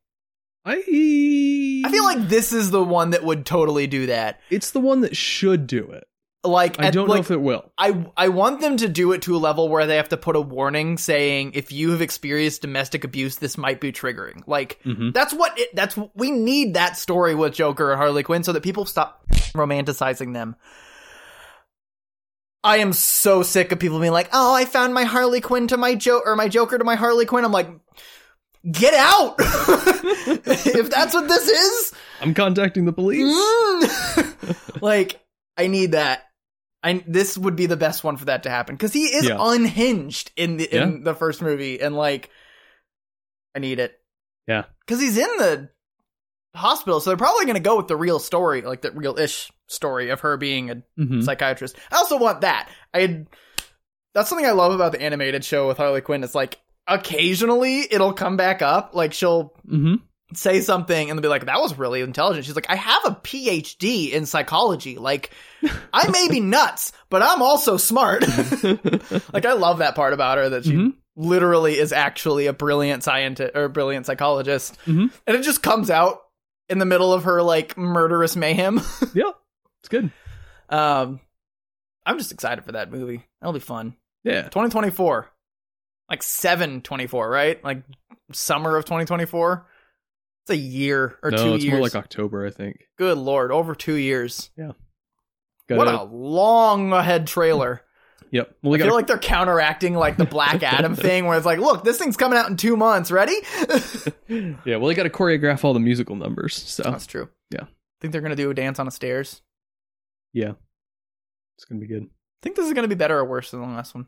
[SPEAKER 2] I
[SPEAKER 1] I feel like this is the one that would totally do that.
[SPEAKER 2] it's the one that should do it.
[SPEAKER 1] Like
[SPEAKER 2] I
[SPEAKER 1] at-
[SPEAKER 2] don't know
[SPEAKER 1] like,
[SPEAKER 2] if it will.
[SPEAKER 1] I I want them to do it to a level where they have to put a warning saying if you have experienced domestic abuse, this might be triggering. Like
[SPEAKER 2] Mhm.
[SPEAKER 1] that's what it, that's we need that story with Joker and Harley Quinn so that people stop romanticizing them. I am so sick of people being like, "Oh, I found my Harley Quinn to my Joker or my Joker to my Harley Quinn." I'm like, "Get out!" if that's what this is,
[SPEAKER 2] I'm contacting the police.
[SPEAKER 1] Hmm? Mm. like I need that. I this would be the best one for that to happen because he is
[SPEAKER 2] Yeah.
[SPEAKER 1] unhinged in the in the first movie, and like I need it.
[SPEAKER 2] Yeah.
[SPEAKER 1] because he's in the hospital, so they're probably gonna go with the real story, like the real ish story of her being a
[SPEAKER 2] Mhm.
[SPEAKER 1] psychiatrist. I also want that. I that's something I love about the animated show with Harley Quinn. It's like occasionally it'll come back up, like she'll
[SPEAKER 2] Mhm.
[SPEAKER 1] say something and they'll be like, that was really intelligent. She's like, I have a PhD in psychology. Like, I may be nuts, but I'm also smart. like, I love that part about her that she
[SPEAKER 2] Mhm.
[SPEAKER 1] literally is actually a brilliant scientist or a brilliant psychologist.
[SPEAKER 2] Mhm.
[SPEAKER 1] And it just comes out in the middle of her like murderous mayhem.
[SPEAKER 2] Yeah, it's good.
[SPEAKER 1] um, I'm just excited for that movie. That'll be fun.
[SPEAKER 2] Yeah,
[SPEAKER 1] 2024. Like 724, right? Like summer of 2024. It's a year or
[SPEAKER 2] no,
[SPEAKER 1] two
[SPEAKER 2] it's
[SPEAKER 1] years
[SPEAKER 2] more like October, I think.
[SPEAKER 1] good lord, over two years.
[SPEAKER 2] Got
[SPEAKER 1] what
[SPEAKER 2] a-
[SPEAKER 1] a long ahead trailer.
[SPEAKER 2] Yep. Well, we
[SPEAKER 1] I feel
[SPEAKER 2] got
[SPEAKER 1] like they're counteracting like the Black Adam thing where it's like, look, this thing's coming out in two months. Ready?
[SPEAKER 2] a, yeah. Well, they got to choreograph all the musical numbers, so
[SPEAKER 1] That's true.
[SPEAKER 2] Yeah.
[SPEAKER 1] think they're gonna do a dance on the stairs.
[SPEAKER 2] it's gonna be good.
[SPEAKER 1] think this is gonna be better or worse than the last one.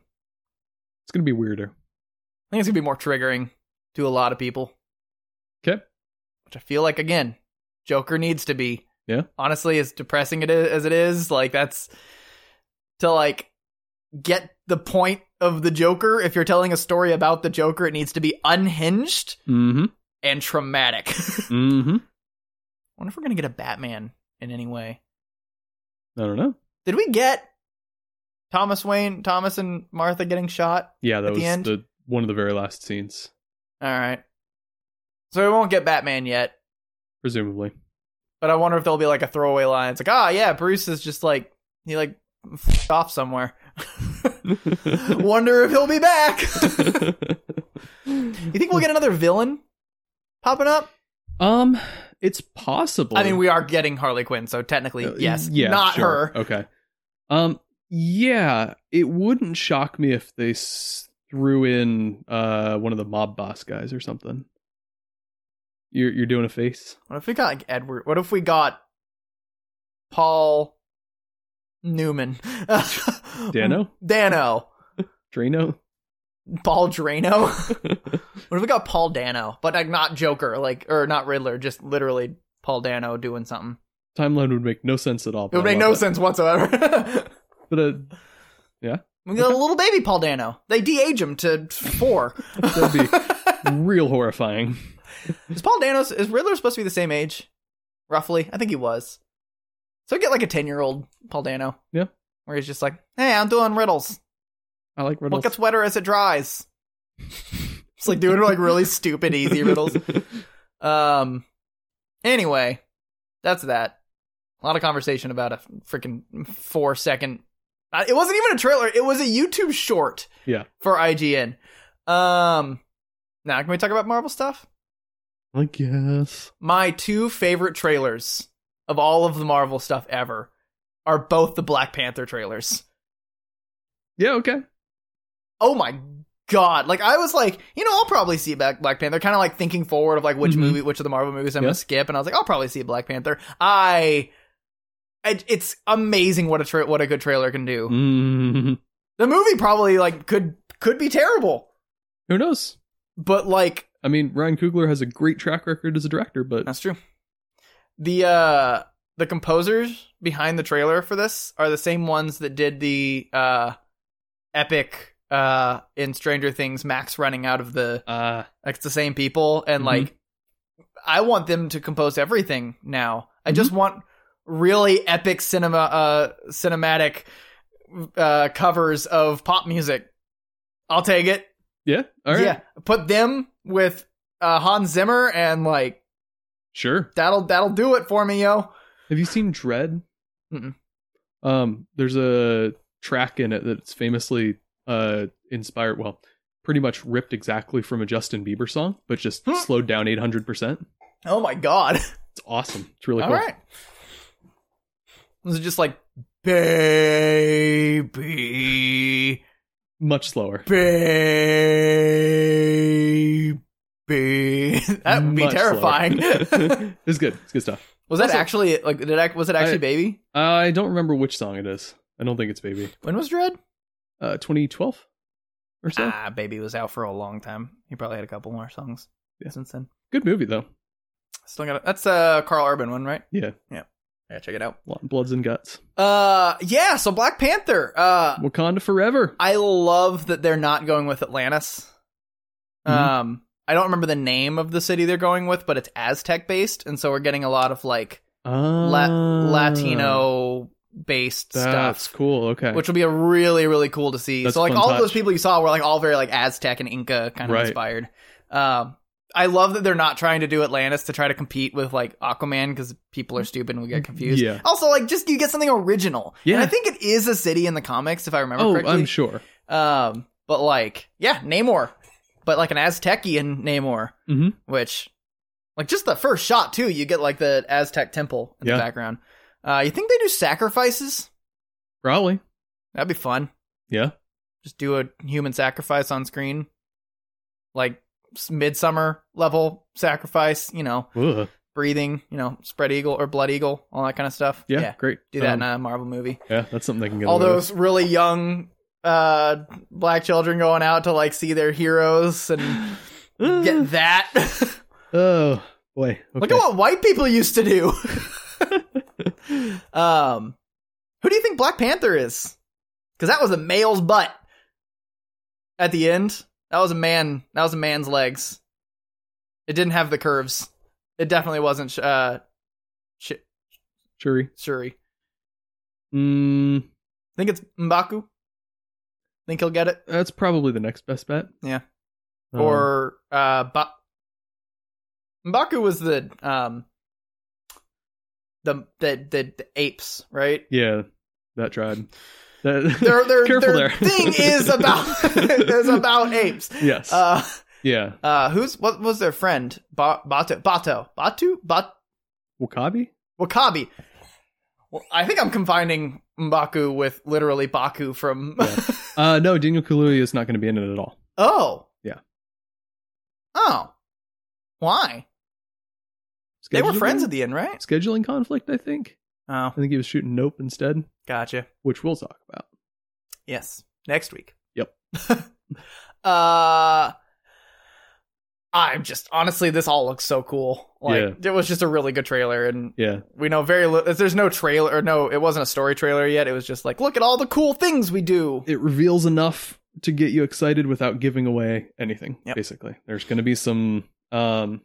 [SPEAKER 2] It's gonna be weirder.
[SPEAKER 1] I think it's gonna be more triggering to a lot of people.
[SPEAKER 2] 'Kay.
[SPEAKER 1] Which I feel like again, Joker needs to be.
[SPEAKER 2] Yeah.
[SPEAKER 1] Honestly, as depressing it is, as it is, like that's to like get the point of the Joker. If you're telling a story about the Joker, it needs to be unhinged
[SPEAKER 2] Mm-hmm.
[SPEAKER 1] and traumatic.
[SPEAKER 2] Mm-hmm.
[SPEAKER 1] wonder if we're gonna get a Batman in any way.
[SPEAKER 2] I don't know.
[SPEAKER 1] Did we get Thomas Wayne, Thomas and Martha getting shot?
[SPEAKER 2] Yeah, that
[SPEAKER 1] At the
[SPEAKER 2] was
[SPEAKER 1] end?
[SPEAKER 2] the one of the very last scenes,
[SPEAKER 1] All right. So we won't get Batman yet.
[SPEAKER 2] presumably.
[SPEAKER 1] But I wonder if there'll be like a throwaway line. It's like, ah, yeah, Bruce is just like he like f- off somewhere. wonder if he'll be back. you think we'll get another villain popping up?
[SPEAKER 2] um, it's possible.
[SPEAKER 1] I mean, we are getting Harley Quinn, so technically,
[SPEAKER 2] Uh,
[SPEAKER 1] yes,
[SPEAKER 2] yeah,
[SPEAKER 1] not
[SPEAKER 2] sure.
[SPEAKER 1] her.
[SPEAKER 2] Okay. Um. Yeah, it wouldn't shock me if they s- threw in uh one of the mob boss guys or something. You're you're doing a face.
[SPEAKER 1] What if we got like Edward? What if we got Paul Newman?
[SPEAKER 2] Dano?
[SPEAKER 1] Dano.
[SPEAKER 2] Drano.
[SPEAKER 1] Paul Drano. What if we got Paul Dano, but like not Joker, like or not Riddler, just literally Paul Dano doing something.
[SPEAKER 2] Timeline would make no sense at all.
[SPEAKER 1] It
[SPEAKER 2] but
[SPEAKER 1] would
[SPEAKER 2] I
[SPEAKER 1] make
[SPEAKER 2] love
[SPEAKER 1] no sense whatsoever.
[SPEAKER 2] But uh,
[SPEAKER 1] we got a little baby Paul Dano. They de-age him to four.
[SPEAKER 2] uh, that'd be real horrifying.
[SPEAKER 1] is Paul Dano is Riddler supposed to be the same age, roughly? I think he was. So we get like a ten-year-old Paul Dano.
[SPEAKER 2] Yeah.
[SPEAKER 1] where he's just like, "Hey, I'm doing riddles.
[SPEAKER 2] I like riddles.
[SPEAKER 1] What gets wetter as it dries?" it's like doing like really stupid, easy riddles. Um, Anyway, that's that. A lot of conversation about a freaking four second. uh, It wasn't even a trailer. It was a YouTube short.
[SPEAKER 2] Yeah.
[SPEAKER 1] For IGN. Um. Now, can we talk about Marvel stuff?
[SPEAKER 2] I guess.
[SPEAKER 1] My two favorite trailers of all of the Marvel stuff ever are both the Black Panther trailers.
[SPEAKER 2] Yeah. Okay.
[SPEAKER 1] oh my god like i was like you know i'll probably see Black black panther kind of like thinking forward of like which
[SPEAKER 2] Mhm.
[SPEAKER 1] movie which of the marvel movies i'm
[SPEAKER 2] Yeah.
[SPEAKER 1] gonna skip and i was like i'll probably see black panther i it- it's amazing what a tra- what a good trailer can do
[SPEAKER 2] Mm,
[SPEAKER 1] the movie probably like could could be terrible
[SPEAKER 2] who knows?
[SPEAKER 1] but like
[SPEAKER 2] I mean, Ryan Coogler has a great track record as a director, but
[SPEAKER 1] that's true the uh the composers behind the trailer for this are the same ones that did the uh epic uh in stranger things max running out of the
[SPEAKER 2] uh,
[SPEAKER 1] Like it's the same people, and
[SPEAKER 2] Mhm.
[SPEAKER 1] like I want them to compose everything now. I just
[SPEAKER 2] Mm-hmm.
[SPEAKER 1] want really epic cinema, uh, cinematic uh, covers of pop music. I'll take it.
[SPEAKER 2] yeah. All right.
[SPEAKER 1] Yeah, put them with uh, Hans Zimmer, and like
[SPEAKER 2] Sure.
[SPEAKER 1] that'll that'll do it for me, yo.
[SPEAKER 2] Have you seen Dread?
[SPEAKER 1] Mm-mm.
[SPEAKER 2] Um, there's a track in it that's famously uh inspired. Well, pretty much ripped exactly from a Justin Bieber song, but just
[SPEAKER 1] Hmm.
[SPEAKER 2] slowed down 800. percent
[SPEAKER 1] Oh my god!
[SPEAKER 2] It's awesome. It's really
[SPEAKER 1] All
[SPEAKER 2] cool.
[SPEAKER 1] right, this is just like baby.
[SPEAKER 2] Much slower.
[SPEAKER 1] baby. That would be
[SPEAKER 2] Much slower.
[SPEAKER 1] terrifying.
[SPEAKER 2] it's good. It's good stuff.
[SPEAKER 1] was that
[SPEAKER 2] Also-
[SPEAKER 1] actually like? Did I, was it actually
[SPEAKER 2] I-
[SPEAKER 1] baby?
[SPEAKER 2] I don't remember which song it is. I don't think it's Baby.
[SPEAKER 1] When was Dread?
[SPEAKER 2] Uh, 2012 or so.
[SPEAKER 1] Ah, baby was out for a long time. He probably had a couple more songs
[SPEAKER 2] Yeah.
[SPEAKER 1] since then.
[SPEAKER 2] Good movie though.
[SPEAKER 1] Still got that's a Carl Urban one, right?
[SPEAKER 2] Yeah.
[SPEAKER 1] yeah. Yeah, check it out.
[SPEAKER 2] A lot of bloods and guts.
[SPEAKER 1] Uh, yeah. So Black Panther. Uh,
[SPEAKER 2] Wakanda forever.
[SPEAKER 1] I love that they're not going with Atlantis.
[SPEAKER 2] Mhm.
[SPEAKER 1] Um, I don't remember the name of the city they're going with, but it's Aztec based, and so we're getting a lot of like La-
[SPEAKER 2] Ah.
[SPEAKER 1] Latino based
[SPEAKER 2] Hmm. That's
[SPEAKER 1] stuff,
[SPEAKER 2] cool. Okay.
[SPEAKER 1] which will be a really really cool to see.
[SPEAKER 2] That's
[SPEAKER 1] so like
[SPEAKER 2] fun
[SPEAKER 1] all of those
[SPEAKER 2] touch.
[SPEAKER 1] people you saw were like all very like Aztec and Inca kind of
[SPEAKER 2] Right.
[SPEAKER 1] inspired. Um, I love that they're not trying to do Atlantis to try to compete with like Aquaman because people are stupid and we get confused.
[SPEAKER 2] Mm, Yeah.
[SPEAKER 1] Also, like just you get something original.
[SPEAKER 2] Yeah.
[SPEAKER 1] and I think it is a city in the comics if I remember
[SPEAKER 2] Oh,
[SPEAKER 1] correctly.
[SPEAKER 2] I'm sure.
[SPEAKER 1] Um, but like, yeah, Namor, but like an Aztecian Namor,
[SPEAKER 2] Mhm.
[SPEAKER 1] which, like, just the first shot too, you get like the Aztec temple in
[SPEAKER 2] Yeah.
[SPEAKER 1] the background. Uh, you think they do sacrifices?
[SPEAKER 2] Probably.
[SPEAKER 1] That'd be fun.
[SPEAKER 2] Yeah.
[SPEAKER 1] Just do a human sacrifice on screen, like s- midsummer level sacrifice. You know,
[SPEAKER 2] Ugh.
[SPEAKER 1] breathing. You know, spread eagle or blood eagle, all that kind of stuff.
[SPEAKER 2] Yeah, Great.
[SPEAKER 1] do that
[SPEAKER 2] Um,
[SPEAKER 1] in a Marvel movie.
[SPEAKER 2] Yeah. That's something they can get.
[SPEAKER 1] all
[SPEAKER 2] away with.
[SPEAKER 1] those really young uh black children going out to like see their heroes and get that
[SPEAKER 2] Oh boy.
[SPEAKER 1] look
[SPEAKER 2] Okay.
[SPEAKER 1] at what white people used to do um who do you think black panther is because that was a male's butt at the end that was a man that was a man's legs it didn't have the curves it definitely wasn't sh- uh sh-
[SPEAKER 2] Shuri.
[SPEAKER 1] shuri
[SPEAKER 2] Mm,
[SPEAKER 1] think it's mbaku think he'll get it
[SPEAKER 2] that's probably the next best bet.
[SPEAKER 1] Yeah.
[SPEAKER 2] Um,
[SPEAKER 1] or uh ba- Mbaku was the um the the the, the apes, right?
[SPEAKER 2] yeah, that tribe. That,
[SPEAKER 1] Their their,
[SPEAKER 2] Careful
[SPEAKER 1] their
[SPEAKER 2] there.
[SPEAKER 1] thing is about is about apes.
[SPEAKER 2] yes.
[SPEAKER 1] Uh
[SPEAKER 2] yeah.
[SPEAKER 1] uh who's what was their friend? Ba- Bato Bato Batu Bat
[SPEAKER 2] Wakabi.
[SPEAKER 1] Wakabi. Well, I think I'm combining Mbaku with literally Baku from
[SPEAKER 2] Yeah. Uh, no, Daniel Kaluuya is not going to be in it at all.
[SPEAKER 1] Oh.
[SPEAKER 2] Yeah.
[SPEAKER 1] Oh. Why? They were friends at the end, right?
[SPEAKER 2] scheduling conflict. I think.
[SPEAKER 1] Oh,
[SPEAKER 2] I think he was shooting Nope instead,
[SPEAKER 1] gotcha.
[SPEAKER 2] which we'll talk about.
[SPEAKER 1] Yes. Next week.
[SPEAKER 2] Yep.
[SPEAKER 1] uh I'm just honestly this all looks so cool. Like it was just a really good trailer and
[SPEAKER 2] Yeah.
[SPEAKER 1] we know very little there's no trailer or no it wasn't a story trailer yet. It was just like look at all the cool things we do.
[SPEAKER 2] it reveals enough to get you excited without giving away anything
[SPEAKER 1] Yep.
[SPEAKER 2] basically there's going to be some um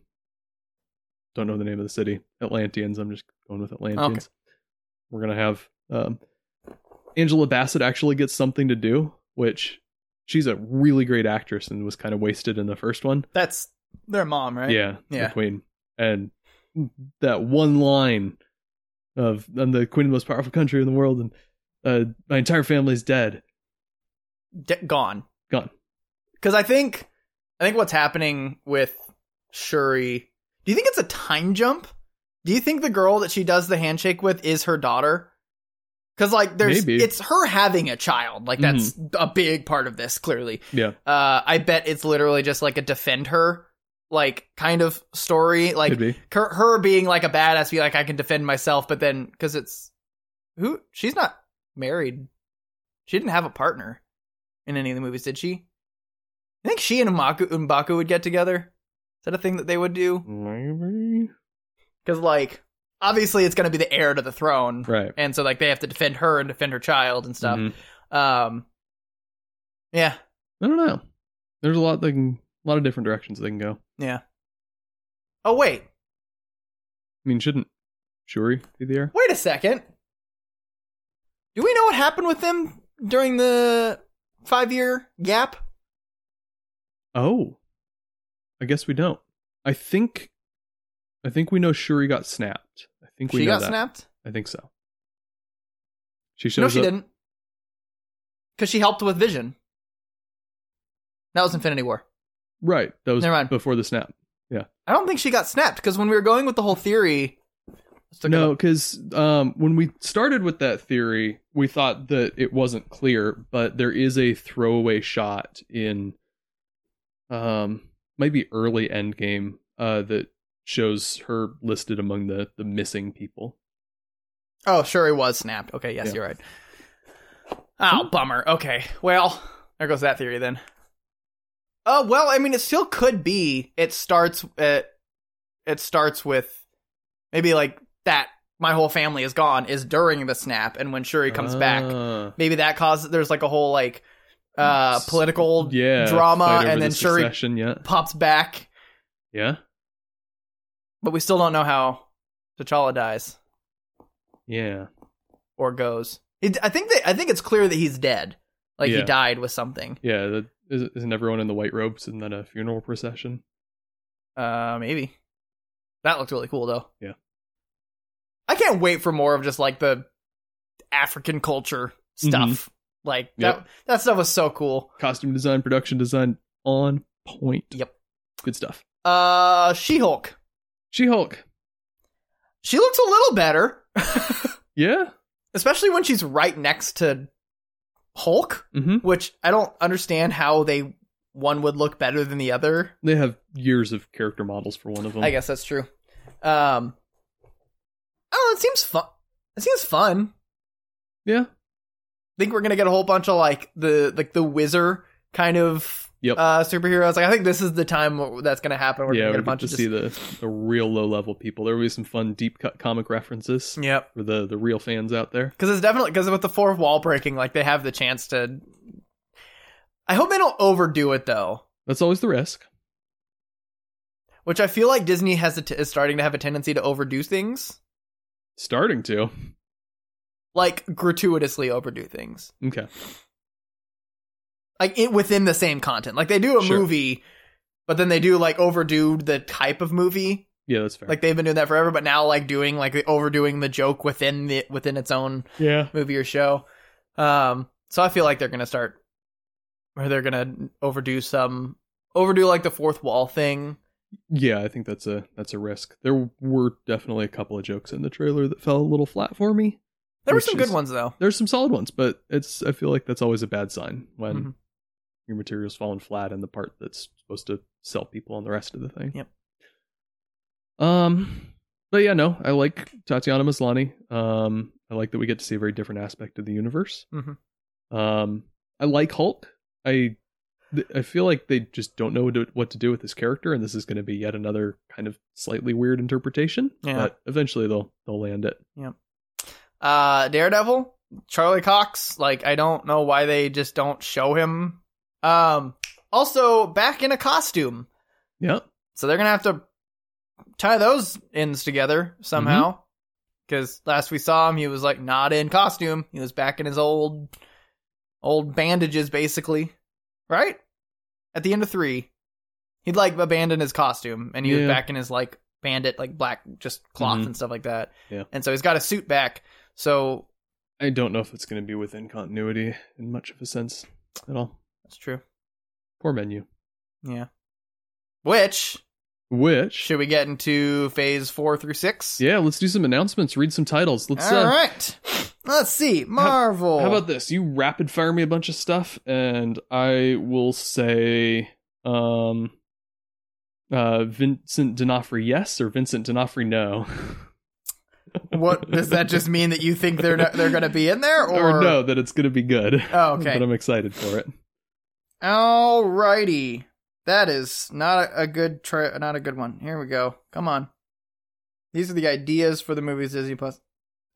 [SPEAKER 2] don't know the name of the city atlanteans i'm just going with atlanteans we're going to have um angela bassett actually gets something to do which she's a really great actress and was kind of wasted in the first one
[SPEAKER 1] That's their mom, right?
[SPEAKER 2] yeah the
[SPEAKER 1] Yeah.
[SPEAKER 2] queen and that one line of I'm the queen of the most powerful country in the world, and uh, my entire family's dead.
[SPEAKER 1] De- gone.
[SPEAKER 2] Gone.
[SPEAKER 1] Because I think, I think what's happening with Shuri. Do you think it's a time jump? Do you think the girl that she does the handshake with is her daughter? Because like there's,
[SPEAKER 2] Maybe. Mm-hmm.
[SPEAKER 1] it's her having a child. Like that's a big part of this. Clearly,
[SPEAKER 2] Yeah,
[SPEAKER 1] uh, I bet it's literally just like a defend her, like kind of story. Like
[SPEAKER 2] could be.
[SPEAKER 1] her, her being like a badass, be like, I can defend myself, but then because it's who she's not married, she didn't have a partner in any of the movies, did she? I think she and Mbaku, Mbaku would get together. Is that a thing that they would do?
[SPEAKER 2] Maybe.
[SPEAKER 1] Because like, obviously, it's going to be the heir to the throne,
[SPEAKER 2] Right.
[SPEAKER 1] and so like they have to defend her and defend her child and stuff.
[SPEAKER 2] Mhm.
[SPEAKER 1] Um, yeah,
[SPEAKER 2] I don't know. There's a lot they can, a lot of different directions they can go.
[SPEAKER 1] yeah. Oh wait,
[SPEAKER 2] I mean, shouldn't Shuri be the heir?
[SPEAKER 1] Wait a second. Do we know what happened with them during the five year gap?
[SPEAKER 2] Oh, I guess we don't. I think, I think we know Shuri got snapped. I think we
[SPEAKER 1] She
[SPEAKER 2] know
[SPEAKER 1] got
[SPEAKER 2] that.
[SPEAKER 1] snapped?
[SPEAKER 2] I think so. She shows
[SPEAKER 1] No, she
[SPEAKER 2] up.
[SPEAKER 1] didn't. Because she helped with Vision. That was Infinity War.
[SPEAKER 2] Right. That was
[SPEAKER 1] Never mind.
[SPEAKER 2] before the snap.
[SPEAKER 1] I don't think she got snapped because when we were going with the whole theory. Let's look it
[SPEAKER 2] no,
[SPEAKER 1] up.
[SPEAKER 2] because um, when we started with that theory, we thought that it wasn't clear, but there is a throwaway shot in, um, maybe early Endgame uh, that shows her listed among the the missing people.
[SPEAKER 1] Oh, sure, it was snapped. Okay, yes,
[SPEAKER 2] Yeah.
[SPEAKER 1] you're right. Oh, bummer. Okay, well, there goes that theory then. Oh well, I mean, it still could be. It starts. It it starts with maybe like that. My whole family is gone. Is during the snap, and when Shuri comes back,
[SPEAKER 2] Ah,
[SPEAKER 1] maybe that causes. There's like a whole like uh
[SPEAKER 2] S-
[SPEAKER 1] political
[SPEAKER 2] yeah, fight
[SPEAKER 1] drama,
[SPEAKER 2] over
[SPEAKER 1] and
[SPEAKER 2] the
[SPEAKER 1] then Shuri
[SPEAKER 2] succession, yeah,
[SPEAKER 1] pops back,
[SPEAKER 2] yeah,
[SPEAKER 1] but we still don't know how T'Challa dies.
[SPEAKER 2] yeah.
[SPEAKER 1] or goes. It, I think that I think it's clear that he's dead. Like he
[SPEAKER 2] Yeah.
[SPEAKER 1] died with something.
[SPEAKER 2] Yeah, that, is- isn't everyone in the white robes and then a funeral procession?
[SPEAKER 1] Uh, maybe that looked really cool though.
[SPEAKER 2] Yeah.
[SPEAKER 1] I can't wait for more of just like the African culture stuff. Like that
[SPEAKER 2] Mm-hmm. Yep.
[SPEAKER 1] that stuff was so cool.
[SPEAKER 2] Costume design, production design, on point.
[SPEAKER 1] Yep.
[SPEAKER 2] good stuff.
[SPEAKER 1] Uh, She Hulk.
[SPEAKER 2] She Hulk.
[SPEAKER 1] She looks a little better,
[SPEAKER 2] Yeah.
[SPEAKER 1] especially when she's right next to Hulk,
[SPEAKER 2] Mm-hmm.
[SPEAKER 1] which I don't understand how they one would look better than the other.
[SPEAKER 2] They have years of character models for one of them.
[SPEAKER 1] I guess that's true. Um, I don't know. It seems fun. It seems fun.
[SPEAKER 2] Yeah.
[SPEAKER 1] think we're gonna get a whole bunch of like the like the whizzer kind of
[SPEAKER 2] Yep.
[SPEAKER 1] uh, superheroes. Like I think this is the time that's gonna happen. We're
[SPEAKER 2] yeah,
[SPEAKER 1] gonna
[SPEAKER 2] we
[SPEAKER 1] get a
[SPEAKER 2] get
[SPEAKER 1] bunch
[SPEAKER 2] to
[SPEAKER 1] of just,
[SPEAKER 2] see the, the real low level people. There will be some fun deep cut comic references
[SPEAKER 1] yep.
[SPEAKER 2] for the, the real fans out there.
[SPEAKER 1] Because it's definitely because with the fourth wall breaking, like they have the chance to. I hope they don't overdo it though,
[SPEAKER 2] That's always the risk.
[SPEAKER 1] which I feel like Disney has a t- is starting to have a tendency to overdo things,
[SPEAKER 2] Starting to.
[SPEAKER 1] like gratuitously overdo things.
[SPEAKER 2] Okay.
[SPEAKER 1] like it within the same content. Like they do a
[SPEAKER 2] Sure.
[SPEAKER 1] movie, but then they do like overdo the type of movie.
[SPEAKER 2] Yeah, that's fair.
[SPEAKER 1] Like they've been doing that forever, but now like doing like the overdoing the joke within the within its own
[SPEAKER 2] yeah.
[SPEAKER 1] movie or show. Um, so I feel like they're gonna start, or they're gonna overdo some overdo like the fourth wall thing.
[SPEAKER 2] Yeah, I think that's a that's a risk. There were definitely a couple of jokes in the trailer that fell a little flat for me.
[SPEAKER 1] There were
[SPEAKER 2] Which
[SPEAKER 1] some good
[SPEAKER 2] is-
[SPEAKER 1] ones though.
[SPEAKER 2] There's some solid ones, but it's I feel like that's always a bad sign when
[SPEAKER 1] Mhm.
[SPEAKER 2] your material's falling flat in the part that's supposed to sell people on the rest of the thing.
[SPEAKER 1] Yep.
[SPEAKER 2] Um, but yeah, no, I like Tatiana Maslany. Um, I like that we get to see a very different aspect of the universe.
[SPEAKER 1] Mhm.
[SPEAKER 2] Um, I like Hulk. I th- I feel like they just don't know what to- what to do with this character, and this is going to be yet another kind of slightly weird interpretation.
[SPEAKER 1] Yeah.
[SPEAKER 2] But eventually they'll they'll land it.
[SPEAKER 1] Uh, Daredevil, Charlie Cox. Like I don't know why they just don't show him. Um, also back in a costume.
[SPEAKER 2] Yeah.
[SPEAKER 1] So they're gonna have to tie those ends together
[SPEAKER 2] Mm-hmm.
[SPEAKER 1] somehow. Because last we saw him, he was like not in costume. He was back in his old, old bandages, basically. Right at the end of three, he'd like abandoned his costume and he was
[SPEAKER 2] Yeah.
[SPEAKER 1] back in his like bandit, like black just cloth
[SPEAKER 2] Mhm.
[SPEAKER 1] and stuff like that.
[SPEAKER 2] Yeah.
[SPEAKER 1] And so he's got a suit back. So
[SPEAKER 2] I don't know if it's going to be within continuity in much of a sense at all.
[SPEAKER 1] that's true.
[SPEAKER 2] Poor menu.
[SPEAKER 1] Yeah. Which
[SPEAKER 2] Which
[SPEAKER 1] should we get into phase four through six?
[SPEAKER 2] yeah, let's do some announcements. Read some titles. Let's.
[SPEAKER 1] All
[SPEAKER 2] uh,
[SPEAKER 1] right. Let's see. Marvel.
[SPEAKER 2] How about this? You rapid fire me a bunch of stuff, and I will say, um, uh, Vincent D'Onofrio yes or Vincent D'Onofrio no,
[SPEAKER 1] what does that just mean that you think they're not, they're going to be in there or,
[SPEAKER 2] or, no that it's gonna be good.
[SPEAKER 1] Oh, okay.
[SPEAKER 2] but I'm excited for it.
[SPEAKER 1] Alrighty. That is not a good tri- not a good one. Here we go. Come on. These are the ideas for the movies Disney Plus.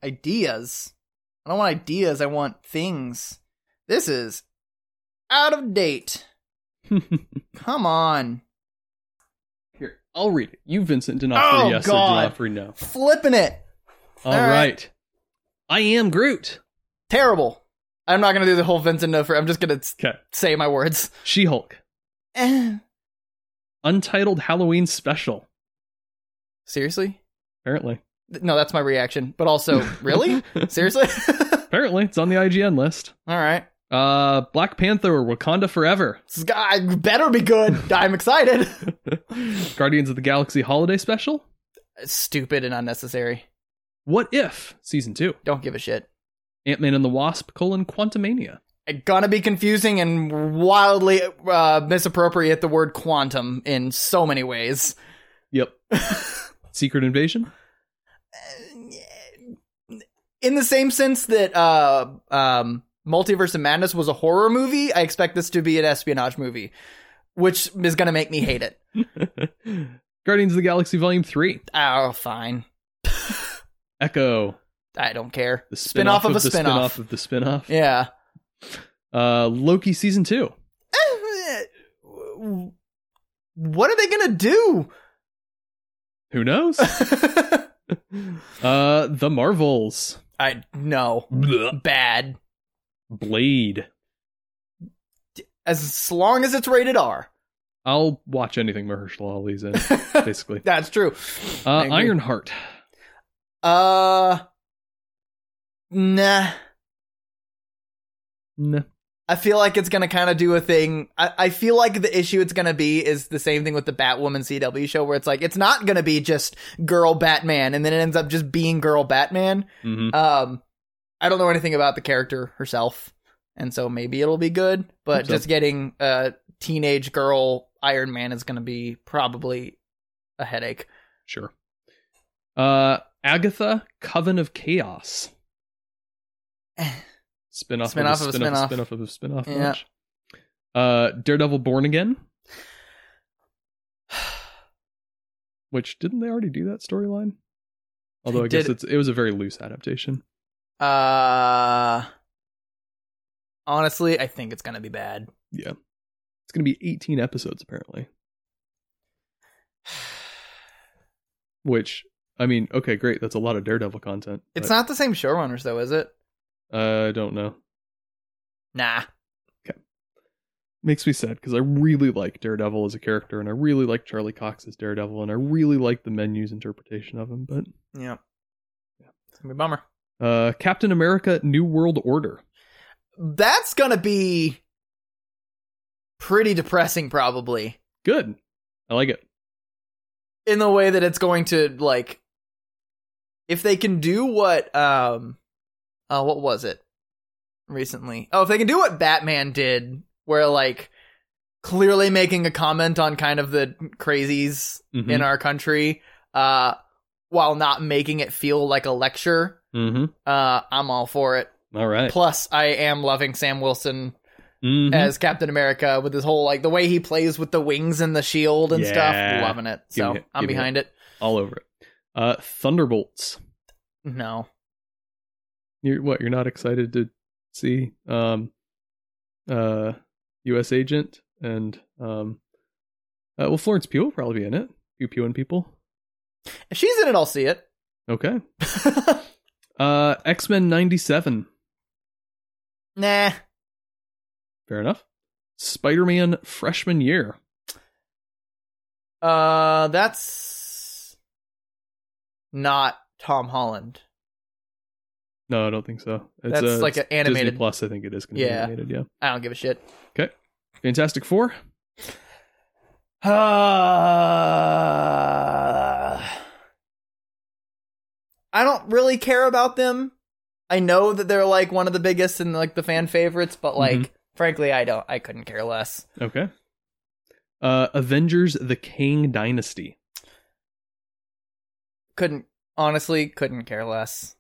[SPEAKER 1] Ideas. I don't want ideas. I want things. This is out of date. Come on.
[SPEAKER 2] Here, I'll read it. You Vincent D'Onofrio
[SPEAKER 1] Oh,
[SPEAKER 2] yes
[SPEAKER 1] God.
[SPEAKER 2] or D'Onofrio no.
[SPEAKER 1] Flipping it.
[SPEAKER 2] All
[SPEAKER 1] All
[SPEAKER 2] right.
[SPEAKER 1] right.
[SPEAKER 2] I am Groot.
[SPEAKER 1] Terrible. I'm not gonna do the whole Vincent no for I'm just gonna s-
[SPEAKER 2] Okay.
[SPEAKER 1] say my words.
[SPEAKER 2] She Hulk.
[SPEAKER 1] Eh.
[SPEAKER 2] Untitled Halloween special.
[SPEAKER 1] Seriously?
[SPEAKER 2] Apparently.
[SPEAKER 1] Th- No, that's my reaction. But also, really? Seriously?
[SPEAKER 2] Apparently. It's on the IGN list.
[SPEAKER 1] All right.
[SPEAKER 2] Uh Black Panther or Wakanda Forever.
[SPEAKER 1] This guy better be good. I'm excited.
[SPEAKER 2] Guardians of the Galaxy Holiday Special.
[SPEAKER 1] Stupid and unnecessary.
[SPEAKER 2] What if season two?
[SPEAKER 1] Don't give a shit.
[SPEAKER 2] Ant Man and the Wasp colon Quantumania.
[SPEAKER 1] Gonna be confusing and wildly uh, misappropriate the word quantum in so many ways.
[SPEAKER 2] Yep. Secret Invasion.
[SPEAKER 1] In the same sense that uh, um, Multiverse of Madness was a horror movie, I expect this to be an espionage movie, which is gonna make me hate it.
[SPEAKER 2] Guardians of the Galaxy Volume Three.
[SPEAKER 1] Oh, fine.
[SPEAKER 2] Echo.
[SPEAKER 1] I don't care.
[SPEAKER 2] The
[SPEAKER 1] Spin-off
[SPEAKER 2] spin-off
[SPEAKER 1] of a
[SPEAKER 2] the
[SPEAKER 1] spin-off.
[SPEAKER 2] spin-off of the spin-off.
[SPEAKER 1] Yeah.
[SPEAKER 2] Uh, Loki season two.
[SPEAKER 1] What are they gonna do?
[SPEAKER 2] Who knows? uh, The Marvels.
[SPEAKER 1] I no bad.
[SPEAKER 2] Blade.
[SPEAKER 1] As long as it's rated R,
[SPEAKER 2] I'll watch anything Mahershala Ali's in, basically.
[SPEAKER 1] that's true.
[SPEAKER 2] Uh,
[SPEAKER 1] I agree.
[SPEAKER 2] Ironheart.
[SPEAKER 1] Uh, nah.
[SPEAKER 2] No.
[SPEAKER 1] I feel like it's gonna kind of do a thing. I, I feel like the issue it's gonna be is the same thing with the Batwoman CW show, where it's like it's not gonna be just girl Batman, and then it ends up just being girl Batman.
[SPEAKER 2] Mhm.
[SPEAKER 1] Um, I don't know anything about the character herself, and so maybe it'll be good. But
[SPEAKER 2] Hope so.
[SPEAKER 1] just getting a teenage girl Iron Man is going to be probably a headache.
[SPEAKER 2] Sure. Uh, Agatha, Coven of Chaos. Spinoff,
[SPEAKER 1] Spin-off
[SPEAKER 2] of
[SPEAKER 1] of
[SPEAKER 2] a
[SPEAKER 1] a
[SPEAKER 2] spinoff,
[SPEAKER 1] spin-off.
[SPEAKER 2] spinoff of a spinoff.
[SPEAKER 1] Yeah.
[SPEAKER 2] Watch. Uh, Daredevil, Born Again. Which didn't they already do that storyline? Although
[SPEAKER 1] They
[SPEAKER 2] I guess
[SPEAKER 1] did.
[SPEAKER 2] it's it was a very loose adaptation.
[SPEAKER 1] Uh, honestly, I think it's going to be bad.
[SPEAKER 2] It's going to be 18 episodes apparently. Which I mean, okay, great. That's a lot of Daredevil content.
[SPEAKER 1] It's
[SPEAKER 2] but
[SPEAKER 1] not the same showrunners, though, is it?
[SPEAKER 2] I don't know.
[SPEAKER 1] Nah.
[SPEAKER 2] Makes me sad because I really like Daredevil as a character, and I really like Charlie Cox as Daredevil, and I really like the menu's interpretation of him. But
[SPEAKER 1] Yeah. It's going to be a bummer.
[SPEAKER 2] uh, Captain America: New World Order.
[SPEAKER 1] That's going to be pretty depressing, probably.
[SPEAKER 2] Good. I like it.
[SPEAKER 1] in the way that it's going to like if they can do what um uh what was it recently oh if they can do what batman did where like clearly making a comment on kind of the crazies
[SPEAKER 2] Mhm.
[SPEAKER 1] in our country uh while not making it feel like a lecture
[SPEAKER 2] Mhm.
[SPEAKER 1] uh i'm all for it
[SPEAKER 2] All right.
[SPEAKER 1] plus i am loving sam wilson
[SPEAKER 2] Mhm.
[SPEAKER 1] as captain america with his whole like the way he plays with the wings and the shield and
[SPEAKER 2] Yeah.
[SPEAKER 1] stuff loving it
[SPEAKER 2] Give
[SPEAKER 1] so
[SPEAKER 2] me it.
[SPEAKER 1] i'm
[SPEAKER 2] Give me it.
[SPEAKER 1] behind it
[SPEAKER 2] All over it. Uh, Thunderbolts.
[SPEAKER 1] no
[SPEAKER 2] You're what? You're not excited to see um, uh, U.S. Agent and um, uh, well, Florence Pugh will probably be in it. Pew Pew and people.
[SPEAKER 1] If she's in it, I'll see it.
[SPEAKER 2] Okay. Uh, X Men '97.
[SPEAKER 1] nah.
[SPEAKER 2] Fair enough. Spider Man freshman year.
[SPEAKER 1] Uh, that's not Tom Holland.
[SPEAKER 2] No, I don't think so. It's
[SPEAKER 1] That's
[SPEAKER 2] uh,
[SPEAKER 1] like
[SPEAKER 2] it's
[SPEAKER 1] an animated-
[SPEAKER 2] Disney Plus. I think it is going to
[SPEAKER 1] Yeah.
[SPEAKER 2] be animated. Yeah.
[SPEAKER 1] I don't give a shit.
[SPEAKER 2] Fantastic Four.
[SPEAKER 1] I don't really care about them. I know that they're like one of the biggest and like the fan favorites, but like frankly, I don't. I couldn't care less.
[SPEAKER 2] Okay. Uh, Avengers: The Kang Dynasty.
[SPEAKER 1] Couldn't honestly, couldn't care less.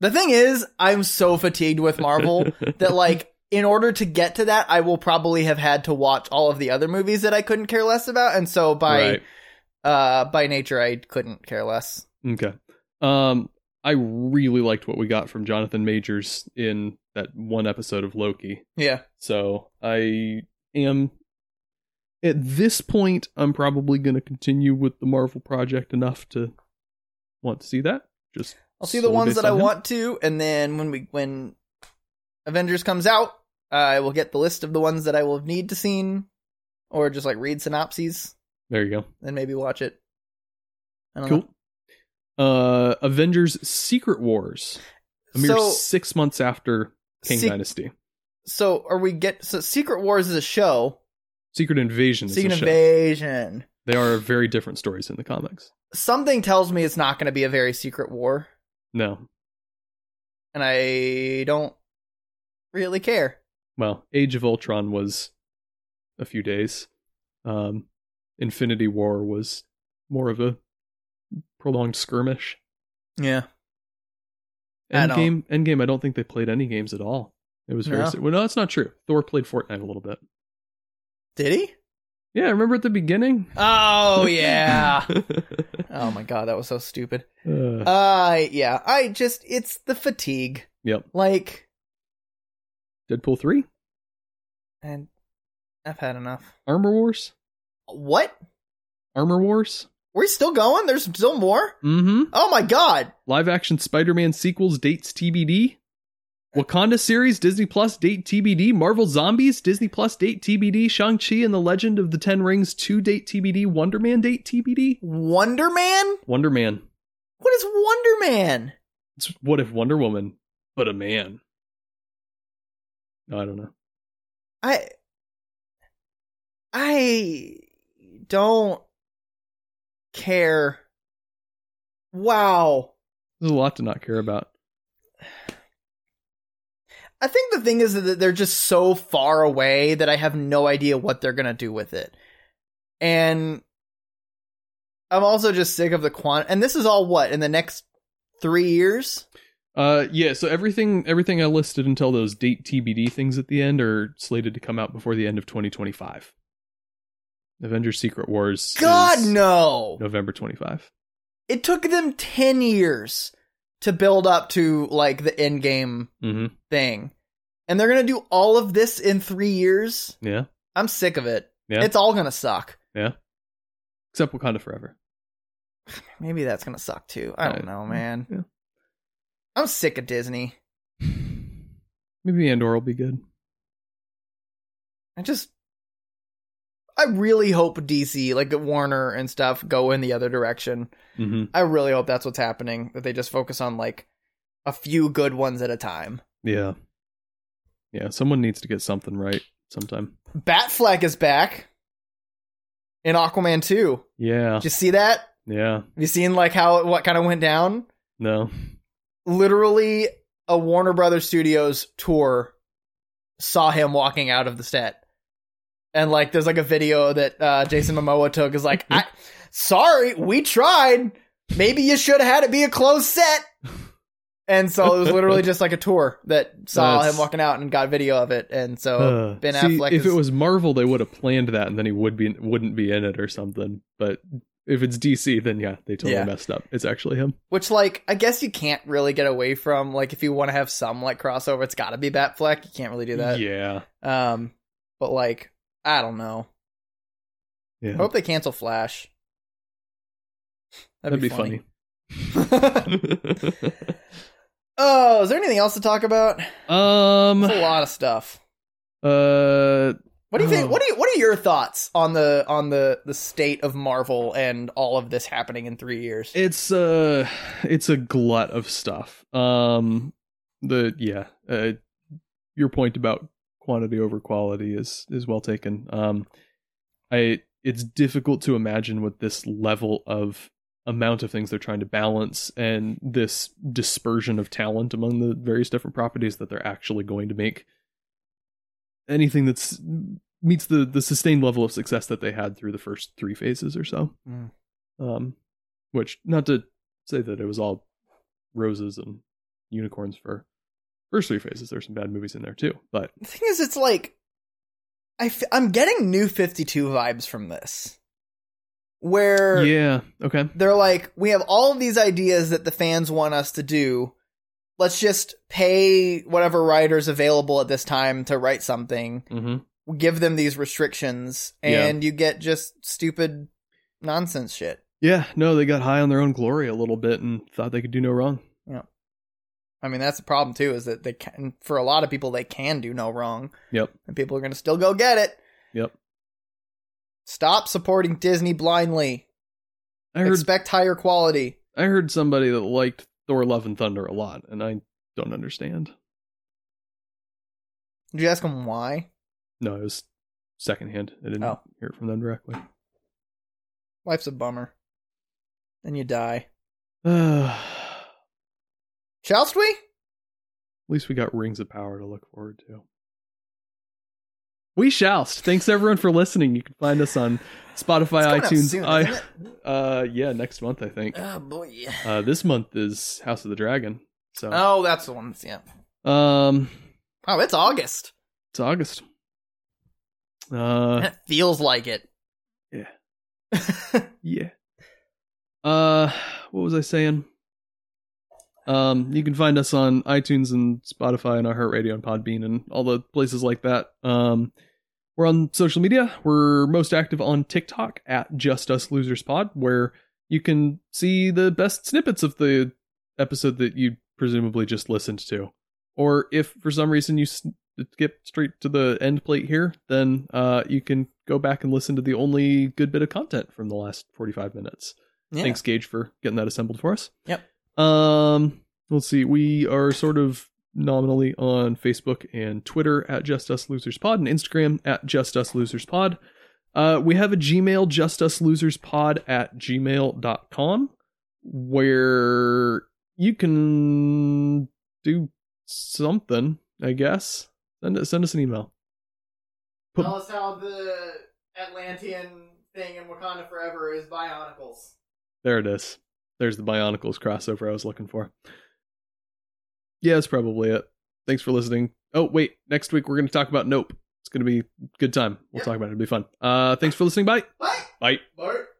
[SPEAKER 1] The thing is, I'm so fatigued with Marvel that like in order to get to that, I will probably have had to watch all of the other movies that I couldn't care less about, and so by
[SPEAKER 2] Right.
[SPEAKER 1] uh by nature, I couldn't care less.
[SPEAKER 2] Okay. Um, I really liked what we got from Jonathan Majors in that one episode of Loki.
[SPEAKER 1] Yeah,
[SPEAKER 2] So I am at this point I'm probably going to continue with the Marvel project enough to want to see that. Just
[SPEAKER 1] I'll see the
[SPEAKER 2] solely
[SPEAKER 1] ones
[SPEAKER 2] based
[SPEAKER 1] that I
[SPEAKER 2] on him.
[SPEAKER 1] want to, and then when we when Avengers comes out, I will get the list of the ones that I will need to seen, or just like read synopses
[SPEAKER 2] There you go.
[SPEAKER 1] and maybe watch it. I don't
[SPEAKER 2] Cool.
[SPEAKER 1] know.
[SPEAKER 2] Uh, Avengers: Secret Wars. A mere
[SPEAKER 1] So-
[SPEAKER 2] six months after King
[SPEAKER 1] Sec-
[SPEAKER 2] Dynasty.
[SPEAKER 1] So are we get so Secret Wars is a show,
[SPEAKER 2] Secret Invasion is
[SPEAKER 1] Secret
[SPEAKER 2] a show.
[SPEAKER 1] Invasion.
[SPEAKER 2] they are very different stories in the comics.
[SPEAKER 1] Something tells me it's not going to be a very secret war,
[SPEAKER 2] No.
[SPEAKER 1] and I don't really care.
[SPEAKER 2] Well, Age of Ultron was a few days. Um, Infinity War was more of a prolonged skirmish.
[SPEAKER 1] Yeah, I don't-
[SPEAKER 2] Endgame, Endgame. I don't think they played any games at all. It was very
[SPEAKER 1] No.
[SPEAKER 2] si- well. No, that's not true. Thor played Fortnite a little bit.
[SPEAKER 1] did he?
[SPEAKER 2] Yeah, remember at the beginning?
[SPEAKER 1] Oh yeah. oh my god, that was so stupid.
[SPEAKER 2] Uh,
[SPEAKER 1] Uh yeah, I just it's the fatigue.
[SPEAKER 2] Yep.
[SPEAKER 1] Like
[SPEAKER 2] Deadpool three,
[SPEAKER 1] and I've had enough.
[SPEAKER 2] Armor Wars,
[SPEAKER 1] What?
[SPEAKER 2] Armor Wars.
[SPEAKER 1] We're still going? There's still more?
[SPEAKER 2] Mm-hmm.
[SPEAKER 1] Oh my god.
[SPEAKER 2] Live action Spider Man sequels dates TBD. Wakanda series Disney Plus date TBD. Marvel Zombies Disney Plus date TBD. Shang Chi and the Legend of the Ten Rings two date TBD. Wonder Man date TBD.
[SPEAKER 1] Wonder Man?
[SPEAKER 2] Wonder Man.
[SPEAKER 1] What is Wonder Man?
[SPEAKER 2] It's what if Wonder Woman, but a man? No, I don't know.
[SPEAKER 1] I I don't care. Wow.
[SPEAKER 2] There's a lot to not care about.
[SPEAKER 1] I think the thing is that they're just so far away that I have no idea what they're gonna do with it, and I'm also just sick of the quant. And this is all what in the next three years.
[SPEAKER 2] Uh, yeah. So everything, everything I listed until those date TBD things at the end are slated to come out before the end of 2025. Avengers: Secret Wars.
[SPEAKER 1] God
[SPEAKER 2] is
[SPEAKER 1] no!
[SPEAKER 2] November 25.
[SPEAKER 1] It took them ten years to build up to like the end game
[SPEAKER 2] Mm-hmm.
[SPEAKER 1] thing, and they're gonna do all of this in three years.
[SPEAKER 2] Yeah.
[SPEAKER 1] I'm sick of it.
[SPEAKER 2] Yeah.
[SPEAKER 1] It's all gonna suck.
[SPEAKER 2] Except Wakanda Forever.
[SPEAKER 1] Maybe that's gonna suck too. I don't
[SPEAKER 2] Uh,
[SPEAKER 1] know, man.
[SPEAKER 2] yeah.
[SPEAKER 1] I'm sick of Disney.
[SPEAKER 2] Maybe Andor will be good.
[SPEAKER 1] I just I really hope DC, like Warner and stuff, go in the other direction.
[SPEAKER 2] Mm-hmm.
[SPEAKER 1] I really hope that's what's happening. That they just focus on like a few good ones at a time.
[SPEAKER 2] Yeah. Yeah. Someone needs to get something right sometime.
[SPEAKER 1] Batfleck is back in Aquaman 2.
[SPEAKER 2] Yeah.
[SPEAKER 1] Did you see that?
[SPEAKER 2] Yeah.
[SPEAKER 1] Have you seen like how what kind of went down?
[SPEAKER 2] No.
[SPEAKER 1] Literally a Warner Brothers Studios tour saw him walking out of the set. And like there's like a video that uh Jason Momoa took is like I sorry, we tried. Maybe you should have had it be a closed set. And so it was literally just like a tour that saw
[SPEAKER 2] That's-
[SPEAKER 1] him walking out and got video of it. And so
[SPEAKER 2] Uh,
[SPEAKER 1] Oh, Ben
[SPEAKER 2] see,
[SPEAKER 1] Affleck
[SPEAKER 2] if
[SPEAKER 1] is-
[SPEAKER 2] it was Marvel, they would have planned that, and then he would be wouldn't be in it or something. But if it's DC, then yeah, they totally
[SPEAKER 1] Yeah.
[SPEAKER 2] messed up. It's actually him.
[SPEAKER 1] which like I guess you can't really get away from like if you want to have some like crossover, it's gotta be Batfleck. You can't really do that.
[SPEAKER 2] Yeah.
[SPEAKER 1] Um but like I don't know.
[SPEAKER 2] Yeah.
[SPEAKER 1] I hope they cancel Flash.
[SPEAKER 2] That'd, be,
[SPEAKER 1] funny.
[SPEAKER 2] funny.
[SPEAKER 1] oh, is there anything else to talk about?
[SPEAKER 2] um.
[SPEAKER 1] That's a lot of stuff.
[SPEAKER 2] Uh.
[SPEAKER 1] What do you
[SPEAKER 2] Oh.
[SPEAKER 1] think? What do you, What are your thoughts on the on the the state of Marvel and all of this happening in three years?
[SPEAKER 2] It's a it's a glut of stuff. Um, the yeah, uh, your point about quantity over quality is is well taken. Um, I it's difficult to imagine what this level of amount of things they're trying to balance and this dispersion of talent among the various different properties that they're actually going to make anything that's meets the the sustained level of success that they had through the first three phases or so
[SPEAKER 1] Mm.
[SPEAKER 2] um which not to say that it was all roses and unicorns for first three phases there's some bad movies in there too but
[SPEAKER 1] The thing is, it's like I f- I'm getting new Fifty Two vibes from this, where
[SPEAKER 2] yeah okay
[SPEAKER 1] they're like, we have all of these ideas that the fans want us to do. Let's just pay whatever writers available at this time to write something.
[SPEAKER 2] mm-hmm.
[SPEAKER 1] Give them these restrictions,
[SPEAKER 2] Yeah.
[SPEAKER 1] and you get just stupid nonsense shit.
[SPEAKER 2] yeah no they got high on their own glory a little bit and thought they could do no wrong
[SPEAKER 1] I mean, that's the problem too. Is that they can, for a lot of people, they can do no wrong,
[SPEAKER 2] yep
[SPEAKER 1] and people are going to still go get it.
[SPEAKER 2] Yep.
[SPEAKER 1] Stop supporting Disney blindly.
[SPEAKER 2] i heard
[SPEAKER 1] Expect higher quality.
[SPEAKER 2] i heard somebody that liked thor love and thunder a lot and i don't understand
[SPEAKER 1] Did you ask them why?
[SPEAKER 2] no it was secondhand i didn't
[SPEAKER 1] Oh.
[SPEAKER 2] hear it from them directly
[SPEAKER 1] Life's a bummer, and you die.
[SPEAKER 2] at
[SPEAKER 1] Shallst we?
[SPEAKER 2] least we got rings of power to look forward to. We shallst. Thanks everyone for listening. You can find us on
[SPEAKER 1] It's
[SPEAKER 2] Spotify,
[SPEAKER 1] coming out
[SPEAKER 2] iTunes.
[SPEAKER 1] soon,
[SPEAKER 2] i-
[SPEAKER 1] isn't it?
[SPEAKER 2] uh, yeah, next month I think.
[SPEAKER 1] Oh boy.
[SPEAKER 2] Uh, this month is House of the Dragon. So,
[SPEAKER 1] Oh, that's the one. Yeah.
[SPEAKER 2] um,
[SPEAKER 1] Oh, it's August.
[SPEAKER 2] it's August. Uh,
[SPEAKER 1] it feels like it.
[SPEAKER 2] Yeah.
[SPEAKER 1] Yeah.
[SPEAKER 2] Yeah. Uh, what was I saying? Um, you can find us on iTunes and Spotify and iHeartRadio and Podbean and all the places like that. Um, we're on social media. We're most active on TikTok at Just Us Losers Pod, where you can see the best snippets of the episode that you presumably just listened to. Or if for some reason you s- skip straight to the end plate here, then uh, you can go back and listen to the only good bit of content from the last 45 minutes. Thanks, Gage, for getting that assembled for us.
[SPEAKER 1] Yep.
[SPEAKER 2] Um, let's see. We are sort of nominally on Facebook and Twitter at Just Us Losers Pod and Instagram at Just Us Losers Pod. Uh, we have a Gmail, Just Us Losers Pod at gmail.com, where you can do something, I guess. Send, us- send us an email. Put-
[SPEAKER 1] us how the Atlantean thing in Wakanda Forever is Bionicles.
[SPEAKER 2] There it is. There's the Bionicles crossover I was looking for. Yeah, that's probably it. Thanks for listening. Oh, wait. Next week we're going to talk about Nope. It's going to be a good time. We'll
[SPEAKER 1] Yeah.
[SPEAKER 2] talk about it. It'll be fun. Uh, thanks for listening. Bye.
[SPEAKER 1] What?
[SPEAKER 2] Bye.
[SPEAKER 1] Bart?